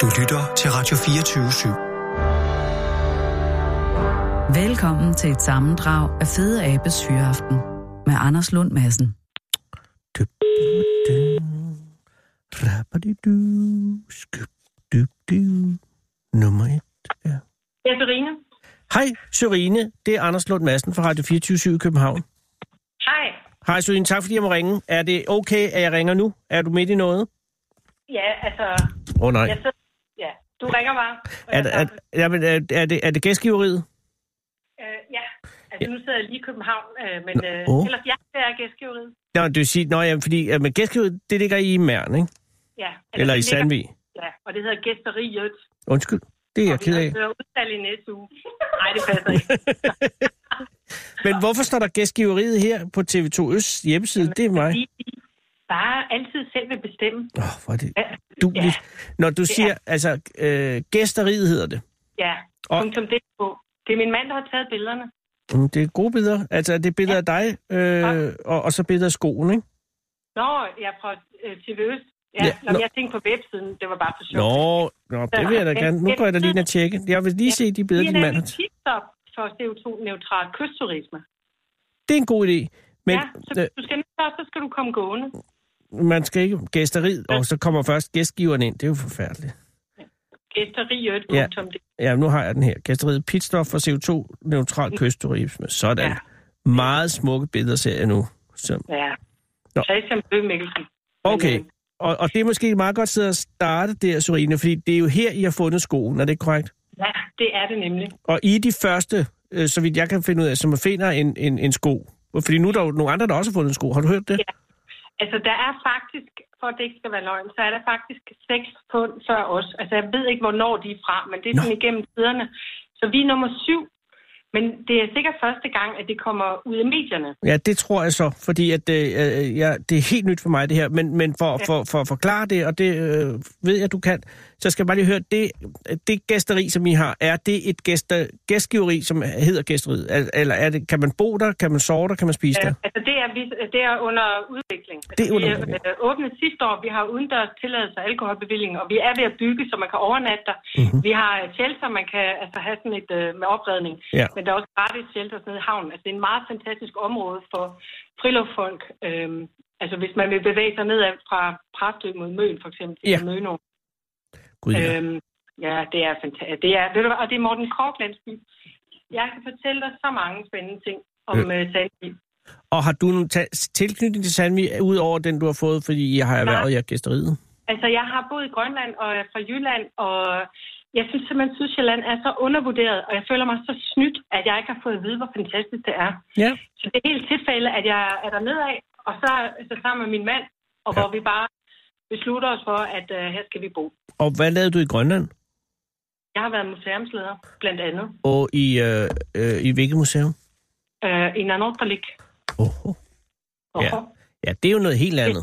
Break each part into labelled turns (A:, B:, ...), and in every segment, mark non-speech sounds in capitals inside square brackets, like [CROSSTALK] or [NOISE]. A: Du lytter til Radio 24 /7.
B: Velkommen til et sammendrag af Fede Abes Hyreaften med Anders Lund Madsen.
C: Rabadidu, skub, dub, du. Nummer et. Ja.
D: Ja, Serine.
C: Hej, Sørine. Det er Anders Lund Madsen fra Radio 24 i København.
D: Hej.
C: Hej, Sørine. Tak fordi jeg må ringe. Er det okay, at jeg ringer nu? Er du midt i noget?
D: Ja, altså,
C: Åh, oh, nej.
D: jeg sidder... Ja, du ringer bare. og
C: Er,
D: jeg
C: er,
D: tager-
C: er, jamen, er, er det, er det gæstgiveriet?
D: Øh, ja, altså nu sidder jeg lige i København, øh, men øh,
C: åh.
D: ellers ja, det er gæstgiveriet.
C: Nå, du siger, nå, jamen, fordi, jamen, gæstgiveriet, det ligger i Mærn, ikke?
D: Ja. altså,
C: Eller i
D: det ligger-
C: Sandvig.
D: Ja, og det hedder gæsteriet.
C: Undskyld, det er jeg
D: og
C: ked af.
D: Vi har udsalg i næste uge. Nej, det passer ikke.
C: Men hvorfor står der gæstgiveriet her på TV2 Østs hjemmeside? Det er mig.
D: Vi bare altid selv vil bestemme.
C: Åh, oh, hvor er det
D: Ja,
C: dueligt. Når du siger, altså, øh, gæsteriet hedder det.
D: ja.
C: Og-
D: punktum DK. Det er min mand, der har taget billederne.
C: Mm, Det er gode billeder. Altså, det er billeder af dig, øh, og, og så billeder af skoen, ikke?
D: Nå, jeg er fra øh, TV Øst. Ja,
C: Ja,
D: ja når
C: nå.
D: jeg tænkte på websiden, det var bare for sjovt.
C: Nå, nå, det vil jeg da gerne. Nu går jeg da lige ind og tjekke. Jeg vil lige se de
D: Vi
C: billeder,
D: er
C: din mand
D: nemlig
C: har taget.
D: kickstop for CO2-neutral kystturisme.
C: Det er en god idé. Men
D: ja, så
C: øh,
D: hvis du skal ned først, så skal du komme gående.
C: man skal ikke gæsteriet, og så kommer først gæstgiveren ind. Det er jo forfærdeligt.
D: Gæsteriet.dk.
C: Ja, nu har jeg den her. Gæsteriet pitstop for CO2-neutral kystturisme. Sådan.
D: Ja.
C: Meget smukke billeder ser jeg nu. Så,
D: Ja.
C: Nå.
D: ja. Christian Bøh Mikkelsen.
C: okay.
D: Men, øh,
C: Og, og det er måske et meget godt sted at starte der, Sorine, fordi det er jo her, I har fundet skoen, er det ikke korrekt?
D: Ja, det er det nemlig.
C: Og I er de første, øh, så vidt jeg kan finde ud af, som finder en, en, en sko. Fordi nu er der jo nogle andre, der også har fundet en sko. Har du hørt det? Ja.
D: Altså, der er faktisk, for at det ikke skal være løgn, så er der faktisk seks fund før os. Altså, jeg ved ikke, hvornår de er fra, men det er
C: Nå.
D: sådan igennem tiderne. Så vi er nummer syv. Men det er sikkert første gang, at det kommer ud af medierne.
C: Ja, det tror jeg så, fordi at, øh, ja, det er helt nyt for mig det her, men, men for, for, for at forklare det, og det øh, ved jeg, du kan, så skal jeg bare lige høre, det, det gæsteri, som I har, er det et gæster, gæstgiveri, som hedder gæsteriet? Al- Eller er det, kan man bo der, kan man sove der, kan man spise
D: Ja,
C: der?
D: altså det er, vi- det er under udvikling.
C: Det er under
D: vi
C: udvikling.
D: øh, åbnet sidste år. Vi har udendørs tilladelse og alkoholbevilling, og vi er ved at bygge, så man kan overnatte der.
C: Mhm.
D: Mm-hmm. Vi har øh, shelter, man kan altså, have sådan et øh, med opredning.
C: Ja.
D: Men der er også gratis shelter nede i havnen. Altså, det er en meget fantastisk område for friluftsfolk. Øhm, altså hvis man vil bevæge sig nedad fra Præstø mod Møn for eksempel til
C: Ja.
D: ja. Mønå.
C: Gud, ja.
D: Øhm, ja, det er fantastisk. Det er, ved du hvad, og det er Morten Korklandsby. Jeg kan fortælle dig så mange spændende ting om øh. Sandby.
C: Og har du en ta- tilknytning til Sandvig, ud over den, du har fået, fordi jeg har erhvervet jer gæsteriet?
D: Altså, jeg har boet i Grønland og er fra Jylland, og jeg synes simpelthen, at Sydsjælland er så undervurderet, og jeg føler mig så snydt, at jeg ikke har fået at vide, hvor fantastisk det er.
C: Ja.
D: Så det er helt tilfælde, at jeg er dernede af, og så, så sammen med min mand, og ja. hvor vi bare beslutter os for, at uh, her skal vi bo.
C: Og hvad lavede du i Grønland?
D: Jeg har været museumsleder, blandt andet,
C: Og i, øh, øh, i hvilket museum?
D: uh, i Nanotalik.
C: Oh. Ja.
D: Oho.
C: Ja, det er jo noget helt andet.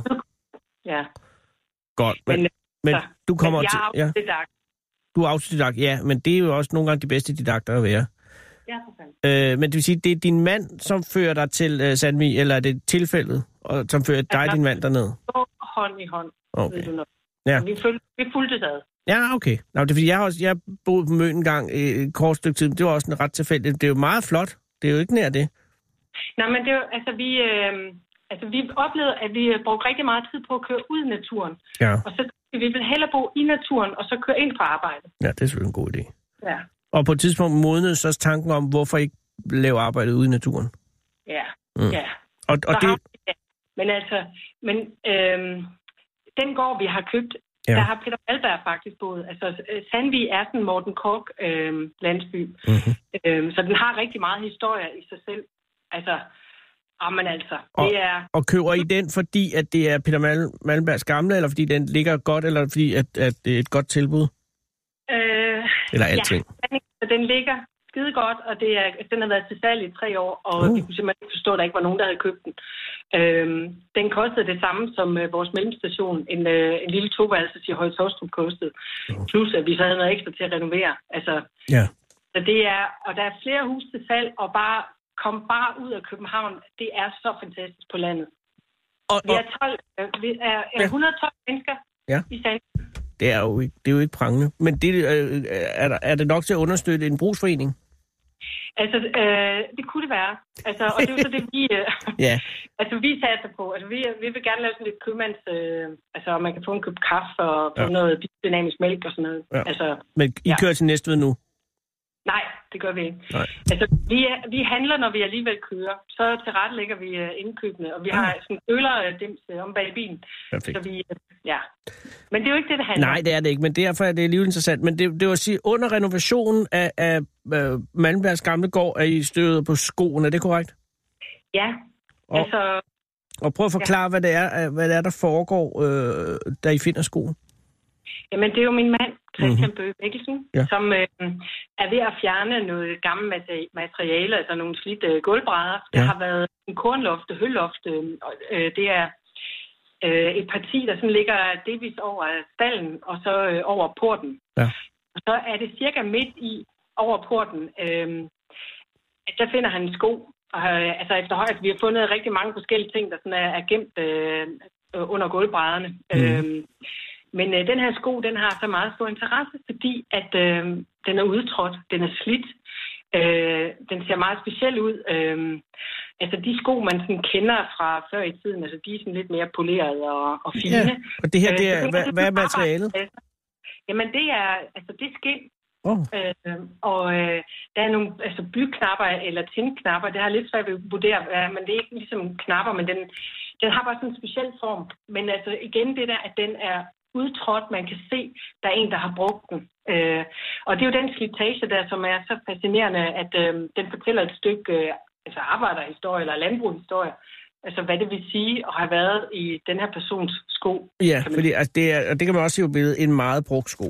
D: Ja.
C: [LAUGHS] Godt, men,
D: Men,
C: men
D: altså,
C: du kommer
D: Men jeg
C: til...
D: er
C: Ja,
D: det der.
C: du er autodidakt, ja, men det er jo også nogle gange de bedste didakter at være.
D: Ja, for fanden.
C: Øh, men det vil sige, det er din mand, som fører dig til øh, Sandvig, eller er det tilfældet, og, som fører dig og din mand derned?
D: Gå hånd i hånd, okay. ved
C: Okay.
D: du noget.
C: Ja.
D: Vi, følte, vi fulgte det ad.
C: Ja, okay. Nå, det er fordi, jeg, har også, jeg boede på Møn en gang øh, et kort stykke tid, men det var også en ret tilfældigt. Det er jo meget flot. Det er jo ikke nær det.
D: Nej, men det er jo, altså vi, øh, altså vi oplevede, at vi øh, brugte rigtig meget tid på at køre ud i naturen.
C: Ja,
D: Og så vi vil hellere bo i naturen, og så køre ind fra arbejde.
C: ja det er selvfølgelig en god idé.
D: Ja.
C: Og på et tidspunkt modnede så også tanken om, hvorfor ikke lave arbejdet ude i naturen.
D: Ja.
C: Mm.
D: Mm. ja.
C: Og, og
D: Så
C: det,
D: har vi- ja. Men altså, men øh, den gård, vi har købt,
C: Ja.
D: ja. der har Peter Alberg faktisk boet. Altså, øh, Sandvig er sådan Morten Kork øh, landsby.
C: Mhm.
D: Mm-hmm. Øh, så den har rigtig meget historie i sig selv. Altså, jamen altså,
C: Og-
D: det er...
C: Og køber I den, fordi at det er Peter Mal- Malmbergs gamle, eller fordi den ligger godt, eller fordi at, at det er et godt tilbud?
D: Øh,
C: Eller alting?
D: Så den ligger skide godt, og det er, den har været til salg i tre år, og
C: Uh.
D: uh. vi kunne simpelthen ikke forstå, at der ikke var nogen, der havde købt den. Øhm, den kostede det samme som øh, vores mellemstation, en, øh, en lille toværelses i Høje Torstrup kostede. Uh. Plus, at vi så havde noget ekstra til at renovere. Altså,
C: Ja.
D: så det er, og der er flere hus til salg, og bare kom bare ud af København. Det er så fantastisk på landet.
C: Og,
D: Vi
C: og,
D: er, 12, øh, vi er, er
C: Ja.
D: 112 mennesker
C: Ja.
D: i salg.
C: Det er jo ikke, det er jo ikke prangende. Men det, øh, er, der, er det nok til at understøtte en brugsforening?
D: Altså, øh, det kunne det være. Altså, og det er jo så det, vi, øh,
C: Ja.
D: altså, vi satser på. Altså, vi, vi vil gerne lave sådan lidt købmands... Øh, altså, om man kan få en køb kaffe og få
C: Ja.
D: ja. noget dynamisk mælk og sådan noget.
C: Ja.
D: Ja. Altså,
C: Men I
D: Ja.
C: kører til Næstved nu?
D: nej, det gør vi ikke.
C: Nej.
D: Altså, vi, er, vi handler, når vi alligevel kører. Så tilrettelægger vi øh, indkøbene, og vi har sådan køler øh, dims øh, om bag bilen.
C: Perfekt.
D: Så vi, øh, ja. Men det er jo ikke det, det handler
C: Nej, det er det ikke, men derfor er det alligevel interessant. Men det, det var at sige, under renovationen af, af øh, Malmbergs gamle gård, er I støvet på skoen, er det korrekt?
D: Ja,
C: Og,
D: altså...
C: og prøv at forklare, ja. hvad, det er, øh, hvad det er, der foregår, øh, da I finder skoen.
D: Jamen, det er jo min mand, Christian mm-hmm. Bøge Mikkelsen,
C: Mhm. Ja.
D: ja. som øh, er ved at fjerne noget gammelt mate- materiale, altså nogle slidte øh, gulvbrædder. Ja. Der
C: Ja.
D: har været en kornloft, et hølloft, øh, og, øh, det er øh, et parti, der sådan ligger delvis over stallen og så øh, over porten.
C: Ja.
D: Og så er det cirka midt i over porten, øh, at der finder han en sko. Og, øh, altså efterhånden, vi har fundet rigtig mange forskellige ting, der sådan er, er gemt øh, øh, under gulvbrædderne.
C: Mhm.
D: Mm. Øh, men øh, den her sko, den har så meget stor interesse, fordi at øh, den er udtrådt, den er slidt, øh, den ser meget speciel ud. Øh, altså de sko, man sådan kender fra før i tiden, altså de er sådan lidt mere polerede og, og fine.
C: Ja. Og det her,
D: Øh,
C: det
D: så
C: er,
D: den
C: hvad,
D: sådan
C: hvad er
D: en
C: materialet?
D: arbejdsplads. Jamen det er, altså det er skind,
C: Oh,
D: Øh, og øh, der er nogle altså byknapper eller tindknapper. Det har jeg lidt svært ved at vurdere, øh, men det er ikke ligesom knapper, men den, den har bare sådan en speciel form. Men altså igen det der, at den er udtrådt, man kan se, der er en, der har brugt den. Øh, og det er jo den slitage der, som er så fascinerende, at øh, den fortæller et stykke øh, altså arbejderhistorie eller landbrugshistorie. Altså hvad det vil sige at have været i den her persons sko.
C: ja,
D: kan man-
C: fordi, altså, det er, og det kan man også se på billedet, en meget brugt sko.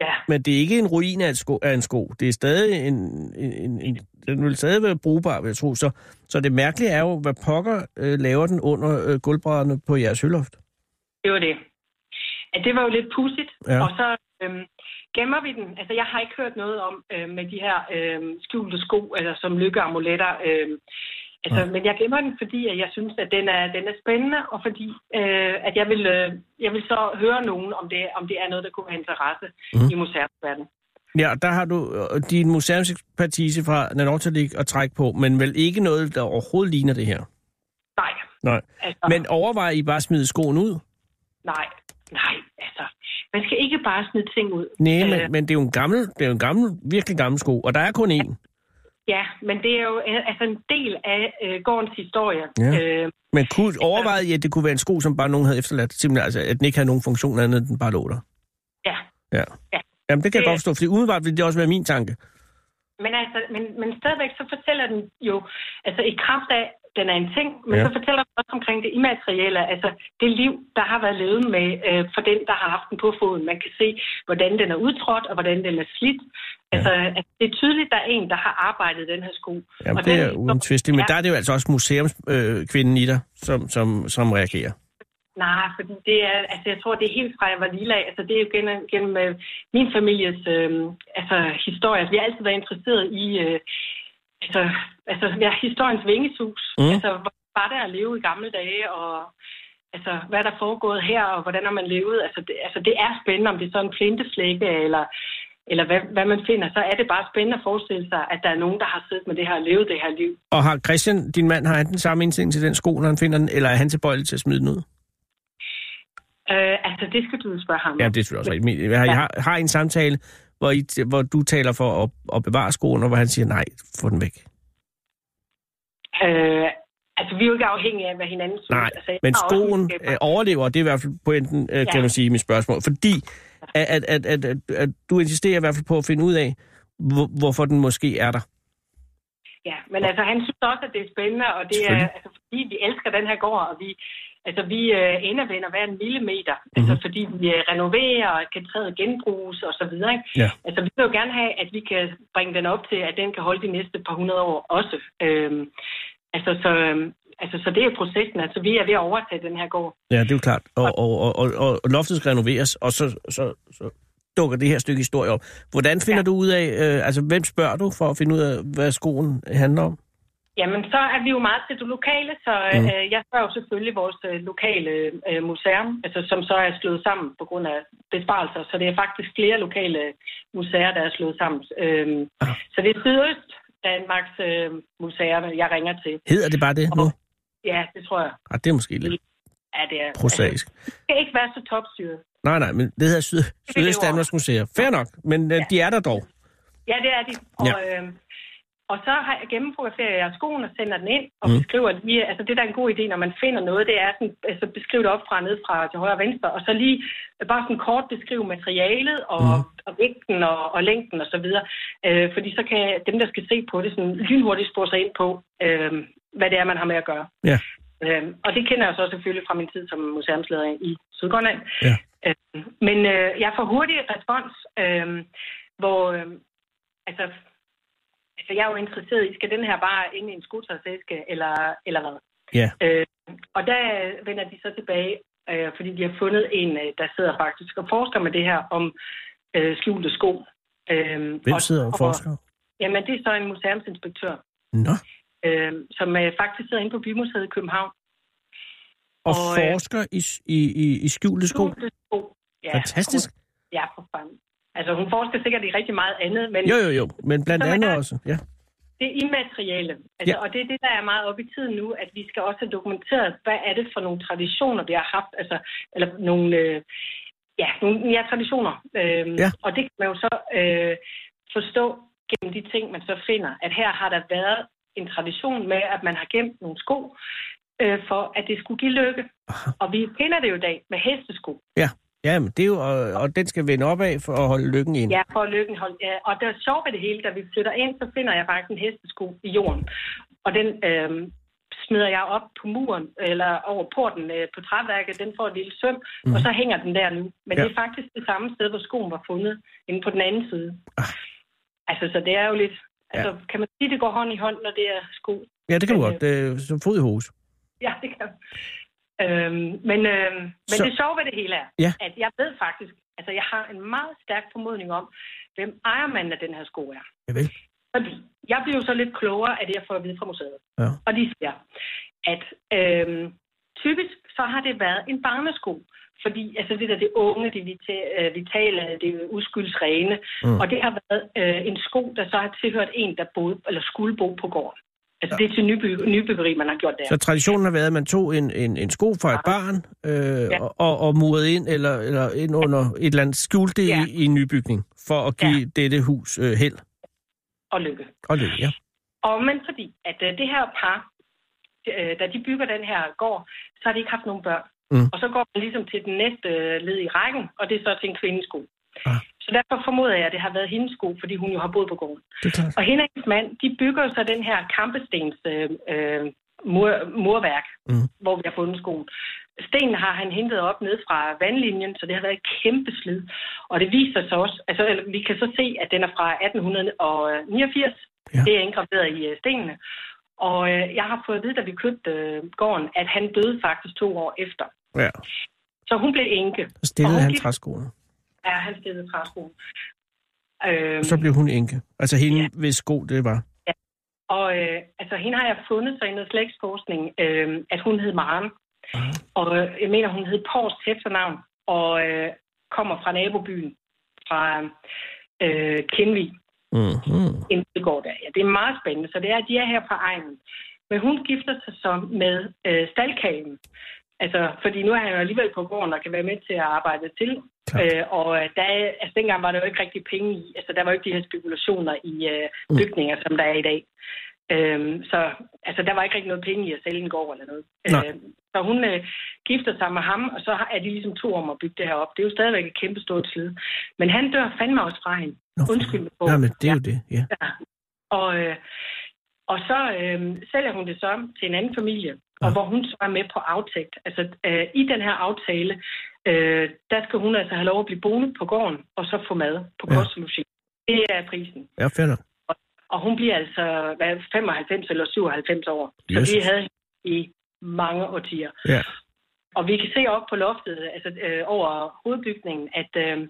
D: Ja,
C: Men det er ikke en ruin af, et sko, af en sko. Det er stadig en, en, en, en... Den vil stadig være brugbar, vil jeg tro. Så, så det mærkelige er jo, hvad pokker øh, laver den under øh, gulvbrædderne på jeres hylloft?
D: Det var det. Ja, det var jo lidt pudsigt.
C: Ja.
D: Ja. Og så øhm, gemmer vi den. Altså, jeg har ikke hørt noget om øhm, med de her øhm, skjulte sko, eller som lykkeamuletter. Øhm, altså, ja. Men jeg gemmer den, fordi at jeg synes, at den er, den er spændende, og fordi øh, at jeg vil, øh, jeg vil så høre nogen, om det, om det er noget, der kunne have interesse
C: Mhm.
D: mm. i museumsverdenen.
C: Ja, og der har du øh, din museumsekspertise fra Nanortalik at trække på, men vel ikke noget, der overhovedet ligner det her.
D: Nej.
C: Nej.
D: Altså,
C: Men overvejer I bare at smide skoen ud?
D: Nej. Nej, altså. Man skal ikke bare smide ting ud.
C: Nej,
D: Øh,
C: men, men det er jo en gammel, det er jo en gammel, virkelig gammel sko, og der er kun én.
D: Ja, men det er jo øh, altså en del af øh, gårdens historie.
C: Ja.
D: Øh,
C: Men kunne overveje, at det kunne være en sko, som bare nogen havde efterladt, simpelthen altså, at den ikke havde nogen funktion andet, end den bare lå der.
D: ja.
C: Ja.
D: Ja.
C: Jamen, det kan jeg
D: Det-
C: godt forstå, fordi umiddelbart ville det også være min tanke.
D: Men, altså, men, men stadigvæk så fortæller den jo, altså i kraft af, den er en ting, men
C: Ja.
D: ja. så fortæller den også omkring det immaterielle, altså det liv, der har været levet med øh, for den, der har haft den på foden. Man kan se, hvordan den er udtrådt, og hvordan den er slidt. Altså, at det er tydeligt, der er en, der har arbejdet i den her sko.
C: Jamen,
D: og
C: det
D: den,
C: er uden tvist. Men
D: Ja.
C: der er det jo altså også museumskvinden i dig, som, som, som reagerer.
D: Nej, fordi det er, altså jeg tror, det er helt fra, jeg var lille af. Altså det er jo gennem, gennem øh, min families øh, altså, historie. Altså, vi har altid været interesseret i øh, altså, altså, ja, historiens vingesus.
C: Mm.
D: Mm. Altså, hvor var det at leve i gamle dage, og altså, hvad er der foregået her, og hvordan har man levet? Altså det, altså, det er spændende, om det er sådan en flinteflække, eller, eller hvad, hvad man finder. Så er det bare spændende at forestille sig, at der er nogen, der har siddet med det her og levet det her liv.
C: Og har Christian, din mand, har han den samme indstilling til den sko, når han finder den, eller er han tilbøjelig til at smide den ud?
D: Øh, altså, det skal du spørge ham om.
C: Ja, det er selvfølgelig også rigtigt. Men Har, I har, har I en samtale, hvor, I, hvor du taler for at, at bevare skoen, og hvor han siger, nej, få den væk?
D: Øh, altså, vi er jo ikke afhængige af, hvad hinanden synes.
C: Nej,
D: altså, jeg
C: men
D: har også
C: skoen
D: skaber-
C: øh, overlever, og det er i hvert fald pointen, øh, kan
D: Ja.
C: man sige, i mit spørgsmål. Fordi at, at, at, at, at, at du insisterer i hvert fald på at finde ud af, hvor, hvorfor den måske er der.
D: Ja, men altså, han synes også, at det er spændende, og det er,
C: Selvfølgelig.
D: altså, fordi vi elsker den her gård, og vi, altså, vi øh, endevender hver en millimeter,
C: Mhm.
D: mm-hmm. altså, fordi vi øh, renoverer, og kan træet genbruges, og så videre, ikke?
C: Ja.
D: Altså, vi vil jo gerne have, at vi kan bringe den op til, at den kan holde de næste par hundrede år også. Øhm, altså, så, øhm, altså, så det er processen, altså, vi er ved at overtage den her gård.
C: Ja, det er jo klart. Og, og, og, og, og loftet skal renoveres, og så, så, så dukker det her stykke historie op. Hvordan finder ja.
D: Ja.
C: du ud af, øh, altså hvem spørger du for at finde ud af, hvad skoen handler om?
D: Jamen, så er vi jo meget til det lokale, så
C: Mm.
D: mm. øh, jeg spørger jo selvfølgelig vores øh, lokale øh, museum, altså, som så er slået sammen på grund af besparelser. Så det er faktisk flere lokale øh, museer, der er slået sammen. Øhm,
C: Ah.
D: Så det er Sydøst Danmarks øh, museer, jeg ringer til.
C: Hedder det bare det nu?
D: Ja, det tror jeg.
C: Ah, det er måske lidt
D: Ja, det er. Altså,
C: prosaisk.
D: det skal ikke være så topstyret.
C: Nej, nej, men det hedder Syd Sydøst Danmarks Museer. Fair nok, men ja. de er der dog.
D: Ja, det er de. Og,
C: Ja.
D: ja. øh, og så har jeg gennemfotograferer jeg skoen og sender den ind og
C: Mm.
D: mm. beskriver den lige. Altså det, der er en god idé, når man finder noget, det er sådan, altså beskriv det op fra, ned fra, til højre og venstre. Og så lige øh, bare sådan kort beskrive materialet og,
C: Mm.
D: mm. og vægten og, og længden og så videre. Øh, fordi så kan dem, der skal se på det, sådan lynhurtigt spore sig ind på, øh, hvad det er, man har med at gøre.
C: Ja.
D: Øh, og det kender jeg så selvfølgelig fra min tid som museumsleder i Sydgrønland.
C: Ja.
D: Øh, men øh, jeg får hurtig respons, øh, hvor... Øh, altså, altså, jeg er jo interesseret i, skal den her bare ind i en skudsårsæske, eller, eller hvad?
C: Ja.
D: Øh, og der øh, vender de så tilbage, øh, fordi de har fundet en, øh, der sidder faktisk og forsker med det her om øh, skjulte sko. Øh,
C: Hvem sidder og forsker?
D: Jamen, det er så en museumsinspektør,
C: Nå,
D: øh, som øh, faktisk sidder inde på Bymuseet i København.
C: og
D: og, øh,
C: forsker i, i, i, i skjulte sko.
D: Skjulte sko. Ja,
C: Fantastisk.
D: Hun, ja, for fanden. Altså, hun forsker sikkert i rigtig meget andet, men
C: Jo, jo, jo, men blandt
D: Så man
C: andet
D: er-
C: også. Ja.
D: det er immaterielle. Altså,
C: Ja.
D: ja. Og det er det, der er meget oppe i tiden nu, at vi skal også have dokumenteret, hvad er det for nogle traditioner, vi har haft, altså, eller nogle, øh, ja, nogle ja, traditioner. Øhm,
C: Ja.
D: Og det kan man jo så øh, forstå gennem de ting, man så finder, at her har der været en tradition med, at man har gemt nogle sko, øh, for at det skulle give lykke.
C: Aha.
D: Og vi kender det jo i dag med hestesko.
C: Ja, men det er jo, og, og den skal vende opad for at holde lykken ind.
D: Ja, for lykken hold. Ja, og det er sjovt ved det hele, da vi flytter ind, så finder jeg faktisk en hestesko i jorden. Og den øh, smider jeg op på muren, eller over porten øh, på træværket. Den får et lille søm, mm. og så hænger den der nu. Men
C: Ja.
D: ja. det er faktisk det samme sted, hvor skoen var fundet, inde på den anden side.
C: Ah.
D: Altså, så det er jo lidt... Altså, ja. kan man sige, det går hånd i hånd, når det er sko?
C: Ja, det kan du
D: Men,
C: godt. Øh, som fod i hose.
D: [LAUGHS] Ja, det kan øhm, Men, øhm, men
C: Så-
D: det sjove ved det hele er,
C: Ja.
D: at jeg ved faktisk, altså jeg har en meget stærk formodning om, hvem ejermanden af den her sko er.
C: Javel.
D: Fordi jeg bliver jo så lidt klogere af det, jeg får at vide fra museet.
C: Ja.
D: Og de siger, at øhm, typisk så har det været en barnesko. Fordi altså det der, det unge, det vita- øh, vitale, det uskyldsrene.
C: Mm.
D: Mm. Og det har været øh, en sko, der så har tilhørt en, der boede, eller skulle bo på gården. Altså det er til nyby- nybyggeri, man har gjort der.
C: Så traditionen har været, at man tog en, en, en sko fra et barn øh,
D: Ja.
C: og, og murede ind, eller, eller ind under et eller andet skjulte det
D: Ja.
C: i, i en nybygning, for at give ja. dette hus øh, held
D: og lykke.
C: og lykke. Ja.
D: Og men fordi, at øh, det her par, øh, da de bygger den her gård, så har de ikke haft nogen børn.
C: Mm.
D: Og så går man ligesom til den næste øh, led i rækken, og det er så til en kvindesko.
C: Ah.
D: Så derfor formoder jeg, at det har været hendes sko, fordi hun jo har boet på gården.
C: Det er klart.
D: Og hende og hendes mand, de bygger jo så den her kampestens øh, øh, mur, murværk,
C: Mm.
D: hvor vi har fundet skoen. Stenen har han hentet op ned fra vandlinjen, så det har været et kæmpe slid. Og det viser sig også, altså eller vi kan så se, at den er fra 1889.
C: Ja.
D: Ja. Det er indgraveret i øh, stenene. Og øh, jeg har fået at vide, da vi købte øh, gården, at han døde faktisk to år efter.
C: Ja.
D: Så hun blev enke.
C: Så stillede
D: Og hun
C: han
D: gik-
C: træskoene,
D: Ja, han stillede fra skoen. Øhm,
C: og så blev hun enke. Altså hende, ja. hvis sko det var.
D: Og øh, altså, hende har jeg fundet så i noget slægtsforskning, øh, at hun hed Maren.
C: Ah.
D: Og øh, jeg mener, hun hed Pors efternavn, og øh, kommer fra nabobyen, fra øh, Kindvig,
C: Mm-hmm.
D: en gård der. Ja, det er meget spændende, så det er, at de er her på egnen. Men hun gifter sig så med øh, staldkagen. Altså, fordi nu er han jo alligevel på gården og kan være med til at arbejde til.
C: Klart.
D: Øh, og øh, der, er- altså, dengang var der jo ikke rigtig penge i. Altså, der var jo ikke de her spekulationer i øh,
C: Mm.
D: bygninger, som der er i dag. Øhm, så altså, der var ikke rigtig noget penge i at sælge en gård eller noget.
C: Nej.
D: Øh, så hun øh, gifter sig med ham, og så har- er de ligesom to om at bygge det her op. Det er jo stadigvæk et kæmpe stort slid. Men han dør fandme også fra hende.
C: Nå, for-
D: Undskyld mig.
C: Nej, men det er jo det, ja.
D: Og, øh, og så øh, sælger hun det så til en anden familie, og
C: Ja.
D: hvor hun så er med på aftægt. Altså øh, i den her aftale, øh, der skal hun altså have lov at blive boende på gården, og så få mad på
C: Ja.
D: ja. kostlogi. Det er prisen.
C: Ja, fair nok.
D: Og hun bliver altså hvad, 95 eller 97 år. Så
C: Jesus.
D: vi havde hende i mange årtier.
C: Ja.
D: Og vi kan se op på loftet, altså øh, over hovedbygningen, at, øh,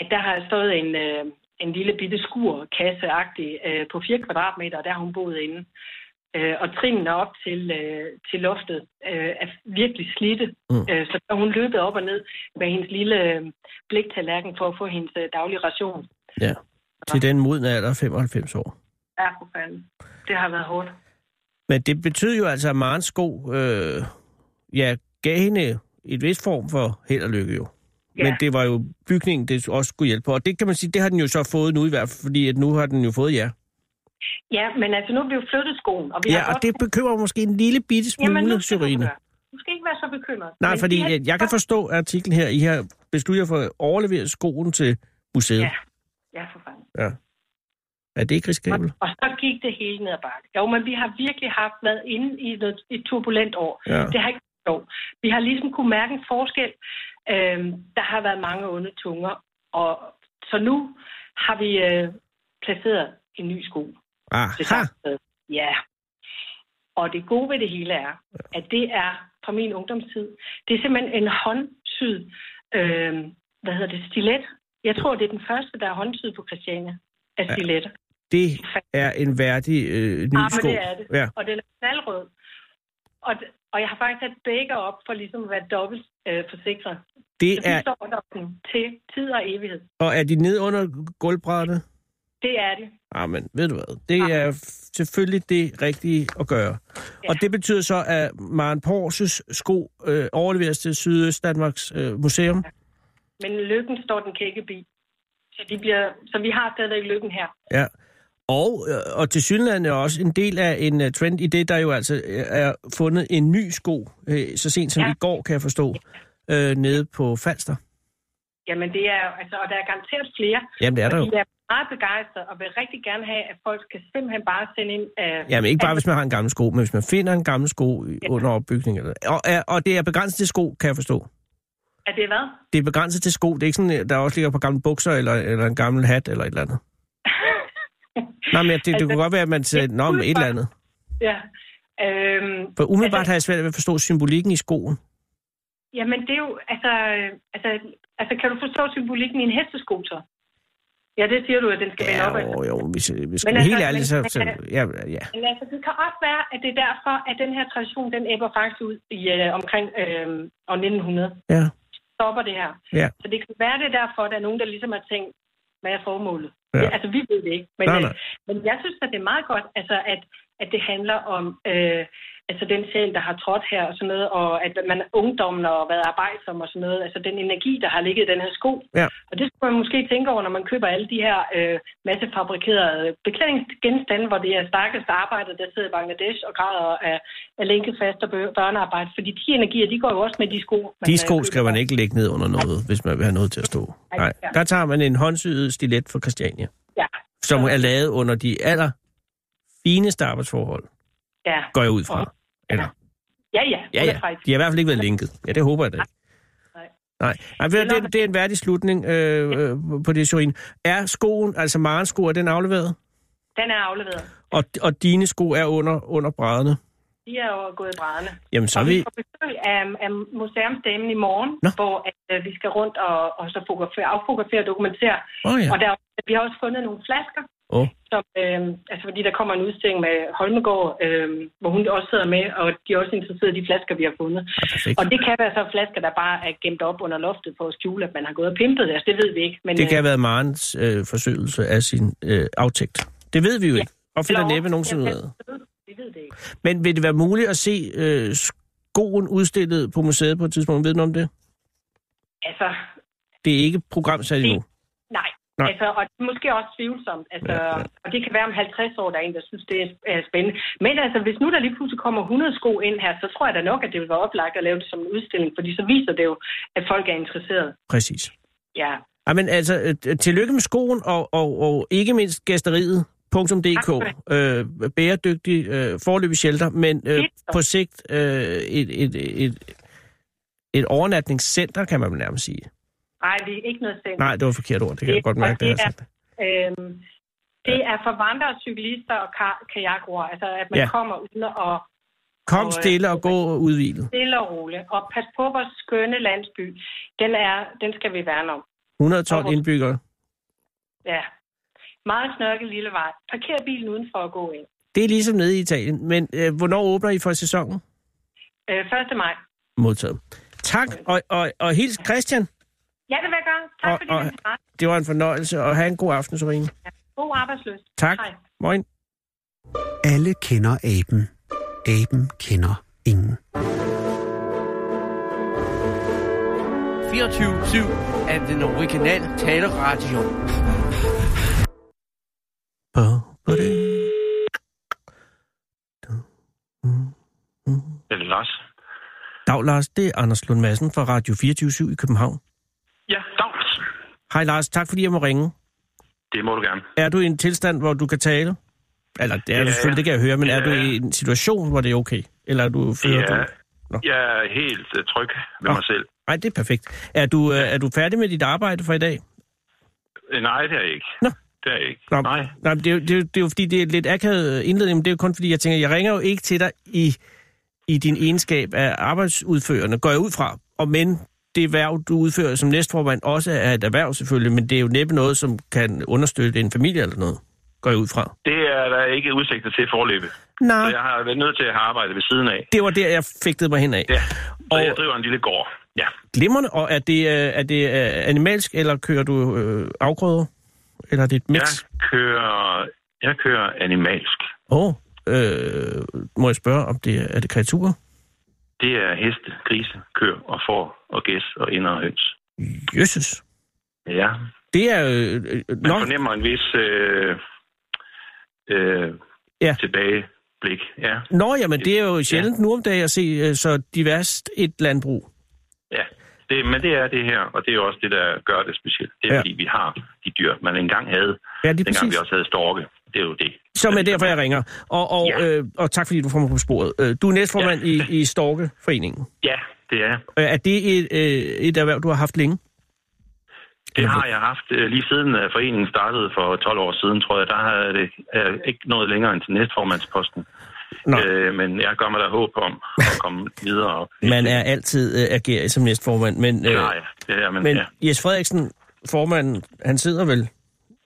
D: at der har stået en, øh, en lille bitte skur, kasseagtig, øh, på 4 kvadratmeter, og der har hun boet inde. øh, og trinene op til, øh, til loftet øh, er virkelig slidte. Mm. Øh, så der hun løbet op og ned med hendes lille øh, bliktallerken for at få hendes øh, daglige ration.
C: Ja. Til den modne alder, 95 år.
D: Ja, for fanden. Det har været hårdt.
C: Men det betød jo altså, at Marens sko øh, ja, gav hende et vis form for held og lykke jo.
D: Ja.
C: Men det var jo bygningen, det også skulle hjælpe på. Og det kan man sige, det har den jo så fået nu i hvert fald, fordi at nu har den jo fået jer.
D: Ja, men altså nu blev flyttet skoen. Og vi har
C: Ja, og
D: godt-
C: det bekymrer måske en lille bitte
D: Jamen,
C: smule,
D: nu skal du
C: Syrine.
D: høre. Du skal ikke være så bekymret.
C: Nej,
D: Men
C: fordi
D: de her-
C: jeg, jeg kan forstå artiklen her. I har besluttet jer for at overlevere skoen til museet.
D: Ja, ja for fanden.
C: Er det ikke risikabelt?
D: Og så gik det hele ned ad bakke. Jo, men vi har virkelig haft været inde i noget, et turbulent år.
C: Ja.
D: Det har ikke været sjovt. Vi har ligesom kunne mærke en forskel. Øhm, der har været mange onde tunger. Og så nu har vi øh, placeret en ny sko. Det
C: Aha,
D: samme sted. Ja. Og det gode ved det hele er, at det er fra min ungdomstid, det er simpelthen en håndsyd, øh, hvad hedder det, stilet. Jeg tror, det er den første, der er håndsyd på Christiania af stiletter.
C: det er en værdig øh, ny
D: Ah, men
C: sko.
D: det er det.
C: Ja.
D: Og den er knaldrød. Og, og jeg har faktisk sat begge op for ligesom at være dobbelt øh, forsikret.
C: Det
D: Så de
C: er,
D: står der sådan til tid og evighed.
C: og er de nede under gulvbrættet?
D: Det er det.
C: Jamen, ved du hvad? Det er f- selvfølgelig det rigtige at gøre.
D: Ja.
C: Og det betyder så, at Maren Porses sko øh, overleveres til Sydøst Danmarks øh, Museum.
D: Men lykken står den kække bi. Så, de bliver, så vi har stadigvæk lykken her.
C: Ja. Og, øh, og til synligheden er også en del af en uh, trend i det, der jo altså øh, er fundet en ny sko, øh, så sent som ja.
D: Ja.
C: i går, kan jeg forstå, øh, nede på Falster.
D: Jamen det er jo- altså, og der er garanteret flere.
C: Jamen, det er der jo.
D: Jeg er meget begejstret og vil rigtig gerne have, at folk skal simpelthen bare sende ind. Øh,
C: Jamen, ikke bare,
D: at-
C: hvis man har en gammel sko, men hvis man finder en gammel sko i-
D: Ja.
C: under opbygning. Eller, og, er- og det er begrænset til sko, kan jeg forstå.
D: at det er hvad?
C: Det er begrænset til sko. Det er ikke sådan, at der også ligger på gamle bukser, eller, eller en gammel hat, eller et eller
D: [LAUGHS]
C: andet. Nej, men det, det
D: Altså,
C: kunne godt være, at man sagde, nå, men et eller andet.
D: Ja. Øhm,
C: For umiddelbart
D: Altså-
C: har jeg svært ved at forstå symbolikken i skoen.
D: jamen det er jo, altså, øh, altså, altså kan du forstå symbolikken i en hestesko så? Ja, det siger du, at den skal vende op.
C: Ja,
D: ad.
C: jo, jo, hvis, hvis men,
D: Men
C: helt
D: altså,
C: ærligt, så...
D: men-
C: så ja, ja.
D: Men altså, det kan også være, at det er derfor, at den her tradition, den æbber faktisk ud i øh, omkring øh, år 1900.
C: Ja,
D: Stopper det her.
C: ja.
D: Så det kan være, det er derfor, at der er nogen, der ligesom har tænkt, hvad er formålet?
C: Ja.
D: Ja. Altså, vi ved det ikke. Men,
C: Nej,
D: øh,
C: nej.
D: men jeg synes, at det er meget godt, altså, at, at det handler om øh, altså, den sjæl, der har trådt her og sådan noget, og at man er ungdommen og været arbejdsom og sådan noget. Altså, den energi, der har ligget i den her sko.
C: Ja.
D: Og det skulle man måske tænke over, når man køber alle de her øh, massefabrikerede beklædningsgenstande, hvor det er stakkels arbejder, der sidder i Bangladesh og græder af, af linkefast og bør- børnearbejde. Fordi de energier, de går jo også med de sko. man,
C: De
D: øh,
C: sko skal
D: køber.
C: man ikke lægge ned under noget, hvis man vil have noget til at stå.
D: Ej,
C: Nej,
D: ja.
C: der tager man en håndsyet stilet fra Christiania,
D: Ja,
C: som er lavet under de aller fineste arbejdsforhold,
D: ja.
C: går jeg ud fra. Eller,
D: Ja, ja.
C: ja,
D: Hun
C: ja.
D: er fra
C: De har i hvert fald ikke været linket. Ja, det håber jeg da ikke.
D: Nej.
C: Nej, Nej ved du, det, er- det er en værdig slutning øh, øh, på det, Sorin. Er skoen, altså Marens sko, er den afleveret?
D: Den er afleveret.
C: Og, og dine sko er under, under brædderne?
D: De er jo gået i brædderne.
C: Jamen, så er
D: og vi
C: vi...
D: får besøg af, af museumsdamen i morgen,
C: Nå.
D: hvor at, øh, vi skal rundt og, og så fotografere, affotografere og dokumentere.
C: Åh oh,
D: Ja.
C: ja.
D: Og der, vi har også fundet nogle flasker,
C: Åh.
D: som, øh, altså fordi der kommer en udstilling med Holmegård, øh, hvor hun også sidder med, og de er også interesserede i de flasker, vi har fundet.
C: Ja, perfekt.
D: Og det kan være så flasker, der bare er gemt op under loftet på at skjule, at man har gået og pimpet. det. Altså, det ved vi ikke. Men,
C: Det kan
D: øh,
C: have været Marens øh, forsøgelse af sin øh, aftægt. Det ved vi jo
D: Ja.
C: ikke. Og finder
D: eller-
C: næppe nogensinde ud af. det.
D: Vi ved det ikke.
C: Men vil det være muligt at se øh, skoen udstillet på museet på et tidspunkt? Ved du noget om det?
D: Altså,
C: Det er ikke programsat endnu.
D: Nej.
C: Nej.
D: Nej. Altså, og det er måske også tvivlsomt. Altså,
C: Ja,
D: ja,
C: ja.
D: ja. Og det kan være om 50 år, der er en, der synes, det er er spændende. Men altså, hvis nu der lige pludselig kommer 100 sko ind her, så tror jeg da nok, at det vil være oplagt at lave det som en udstilling, fordi så viser det jo, at folk er interesseret.
C: Præcis.
D: Ja,
C: Ej, men altså, øh, øh, tillykke med skoen, og, og, og ikke mindst gæsteriet. .dk,
D: Tak
C: øh, bæredygtig, øh, forløbig shelter, men øh,
D: Fedt.
C: på sigt øh, et, et, et, et overnatningscenter, kan man vel nærmest sige.
D: nej, det er ikke noget sent.
C: Nej, det var et forkert ord, det kan
D: Det-
C: jeg godt
D: og
C: mærke, det,
D: det
C: det
D: er-
C: her.
D: Øhm, det er for vandrere, cyklister og ka- kajakroer. Altså, at man
C: Ja.
D: ja. kommer ud og
C: Kom
D: Og, øh,
C: stille og gå udhvilet.
D: stille og roligt. Og pas på vores skønne landsby. Den, er, den skal vi værne om.
C: 112
D: og-
C: indbyggere.
D: Ja. Meget snørket lille vej. Parker bilen udenfor og gå ind.
C: Det er ligesom nede i Italien. Men øh, hvornår åbner I for sæsonen?
D: Øh, 1. maj.
C: Modtaget. Tak, og, og, og hils Christian.
D: Ja, det vil jeg gøre. Tak
C: Og-
D: fordi
C: og-
D: du svarede.
C: Det var en fornøjelse, og have en god aften, Sorine.
D: God arbejdsløs.
C: Tak.
D: Hej.
C: Moin.
A: Alle kender aben. Aben kender ingen.
E: 24-7 af den originale taleradio.
F: Er det Lars?
C: Dag, Lars. Det er Anders Lund Madsen fra Radio 24 i København.
F: Ja, Dags.
C: Hej, Lars. Tak, fordi jeg må ringe.
F: Det må du gerne.
C: Er du i en tilstand, hvor du kan tale? Eller det er du
F: Ja.
C: selvfølgelig, det kan jeg høre, men er
F: Ja.
C: du i en situation, hvor det er okay? Eller er du fører
F: Ja,
C: du? Nå.
F: jeg er helt uh, tryg ved
C: Nå.
F: mig selv.
C: Nej, det er perfekt. Er du, øh, er du færdig med dit arbejde for i dag?
F: Øh, Nej, det er jeg ikke.
C: Nå.
F: Det er jeg ikke.
C: Nå,
F: Nej.
C: Nej, men det, er, jo- det, er, jo- det er jo fordi, det er lidt akavet indledning, men det er jo kun fordi, jeg tænker, jeg ringer jo ikke til dig i, i din egenskab af arbejdsudførende, går jeg ud fra. Og men det hverv, du udfører som næstformand, også er et erhverv selvfølgelig, men det er jo næppe noget, som kan understøtte en familie eller noget, går jeg ud fra.
F: Det er der ikke udsigter til forløbet. Så
C: Nej,
F: jeg har været nødt til at have arbejdet ved siden af.
C: det var der, jeg fægtede mig hen af.
F: Ja. Så
C: Og-
F: jeg driver en lille gård. Ja.
C: Glimrende, og er det, øh, er det øh, animalsk, eller kører du øh, afgrøder? Eller er det et mix?
F: Jeg kører, jeg kører animalsk.
C: Åh, øh, må jeg spørge, om det er, er det kreaturer?
F: Det er heste, grise, køer og får og gæs og inder og høns.
C: Jøsses.
F: Ja.
C: Det er... Øh, øh, øh,
F: Man
C: nå,
F: fornemmer en vis øh, øh,
C: Ja.
F: ja. tilbageblik. Ja.
C: nå, jamen, det er jo sjældent nu om dagen at se øh, så diverst et landbrug.
F: Ja, det, men det er det her, og det er også det, der gør det specielt. Det
C: Ja.
F: er, ja. fordi vi har de dyr, man engang havde,
C: Ja, lige
F: dengang
C: præcis.
F: vi også havde storke. Det er jo det.
C: Som er derfor, jeg ringer. Og, og,
F: Ja.
C: øh, og tak, fordi du får mig på sporet. Øh, Du er næstformand ja. i, i Storkeforeningen.
F: Ja, det er.
C: Øh, Er det et, øh, et erhverv, du har haft længe?
F: Det har jeg haft øh, lige siden øh, foreningen startede for 12 år siden, tror jeg. Der havde jeg det øh, ikke noget længere end til næstformandsposten.
C: Nå.
F: Øh, men jeg gør mig da håb om at
C: [LAUGHS]
F: komme videre.
C: Man er altid øh, ageret som næstformand, men, øh,
F: Nej, det er, men,
C: men
F: men ja.
C: Jes Frederiksen, formanden, han sidder vel...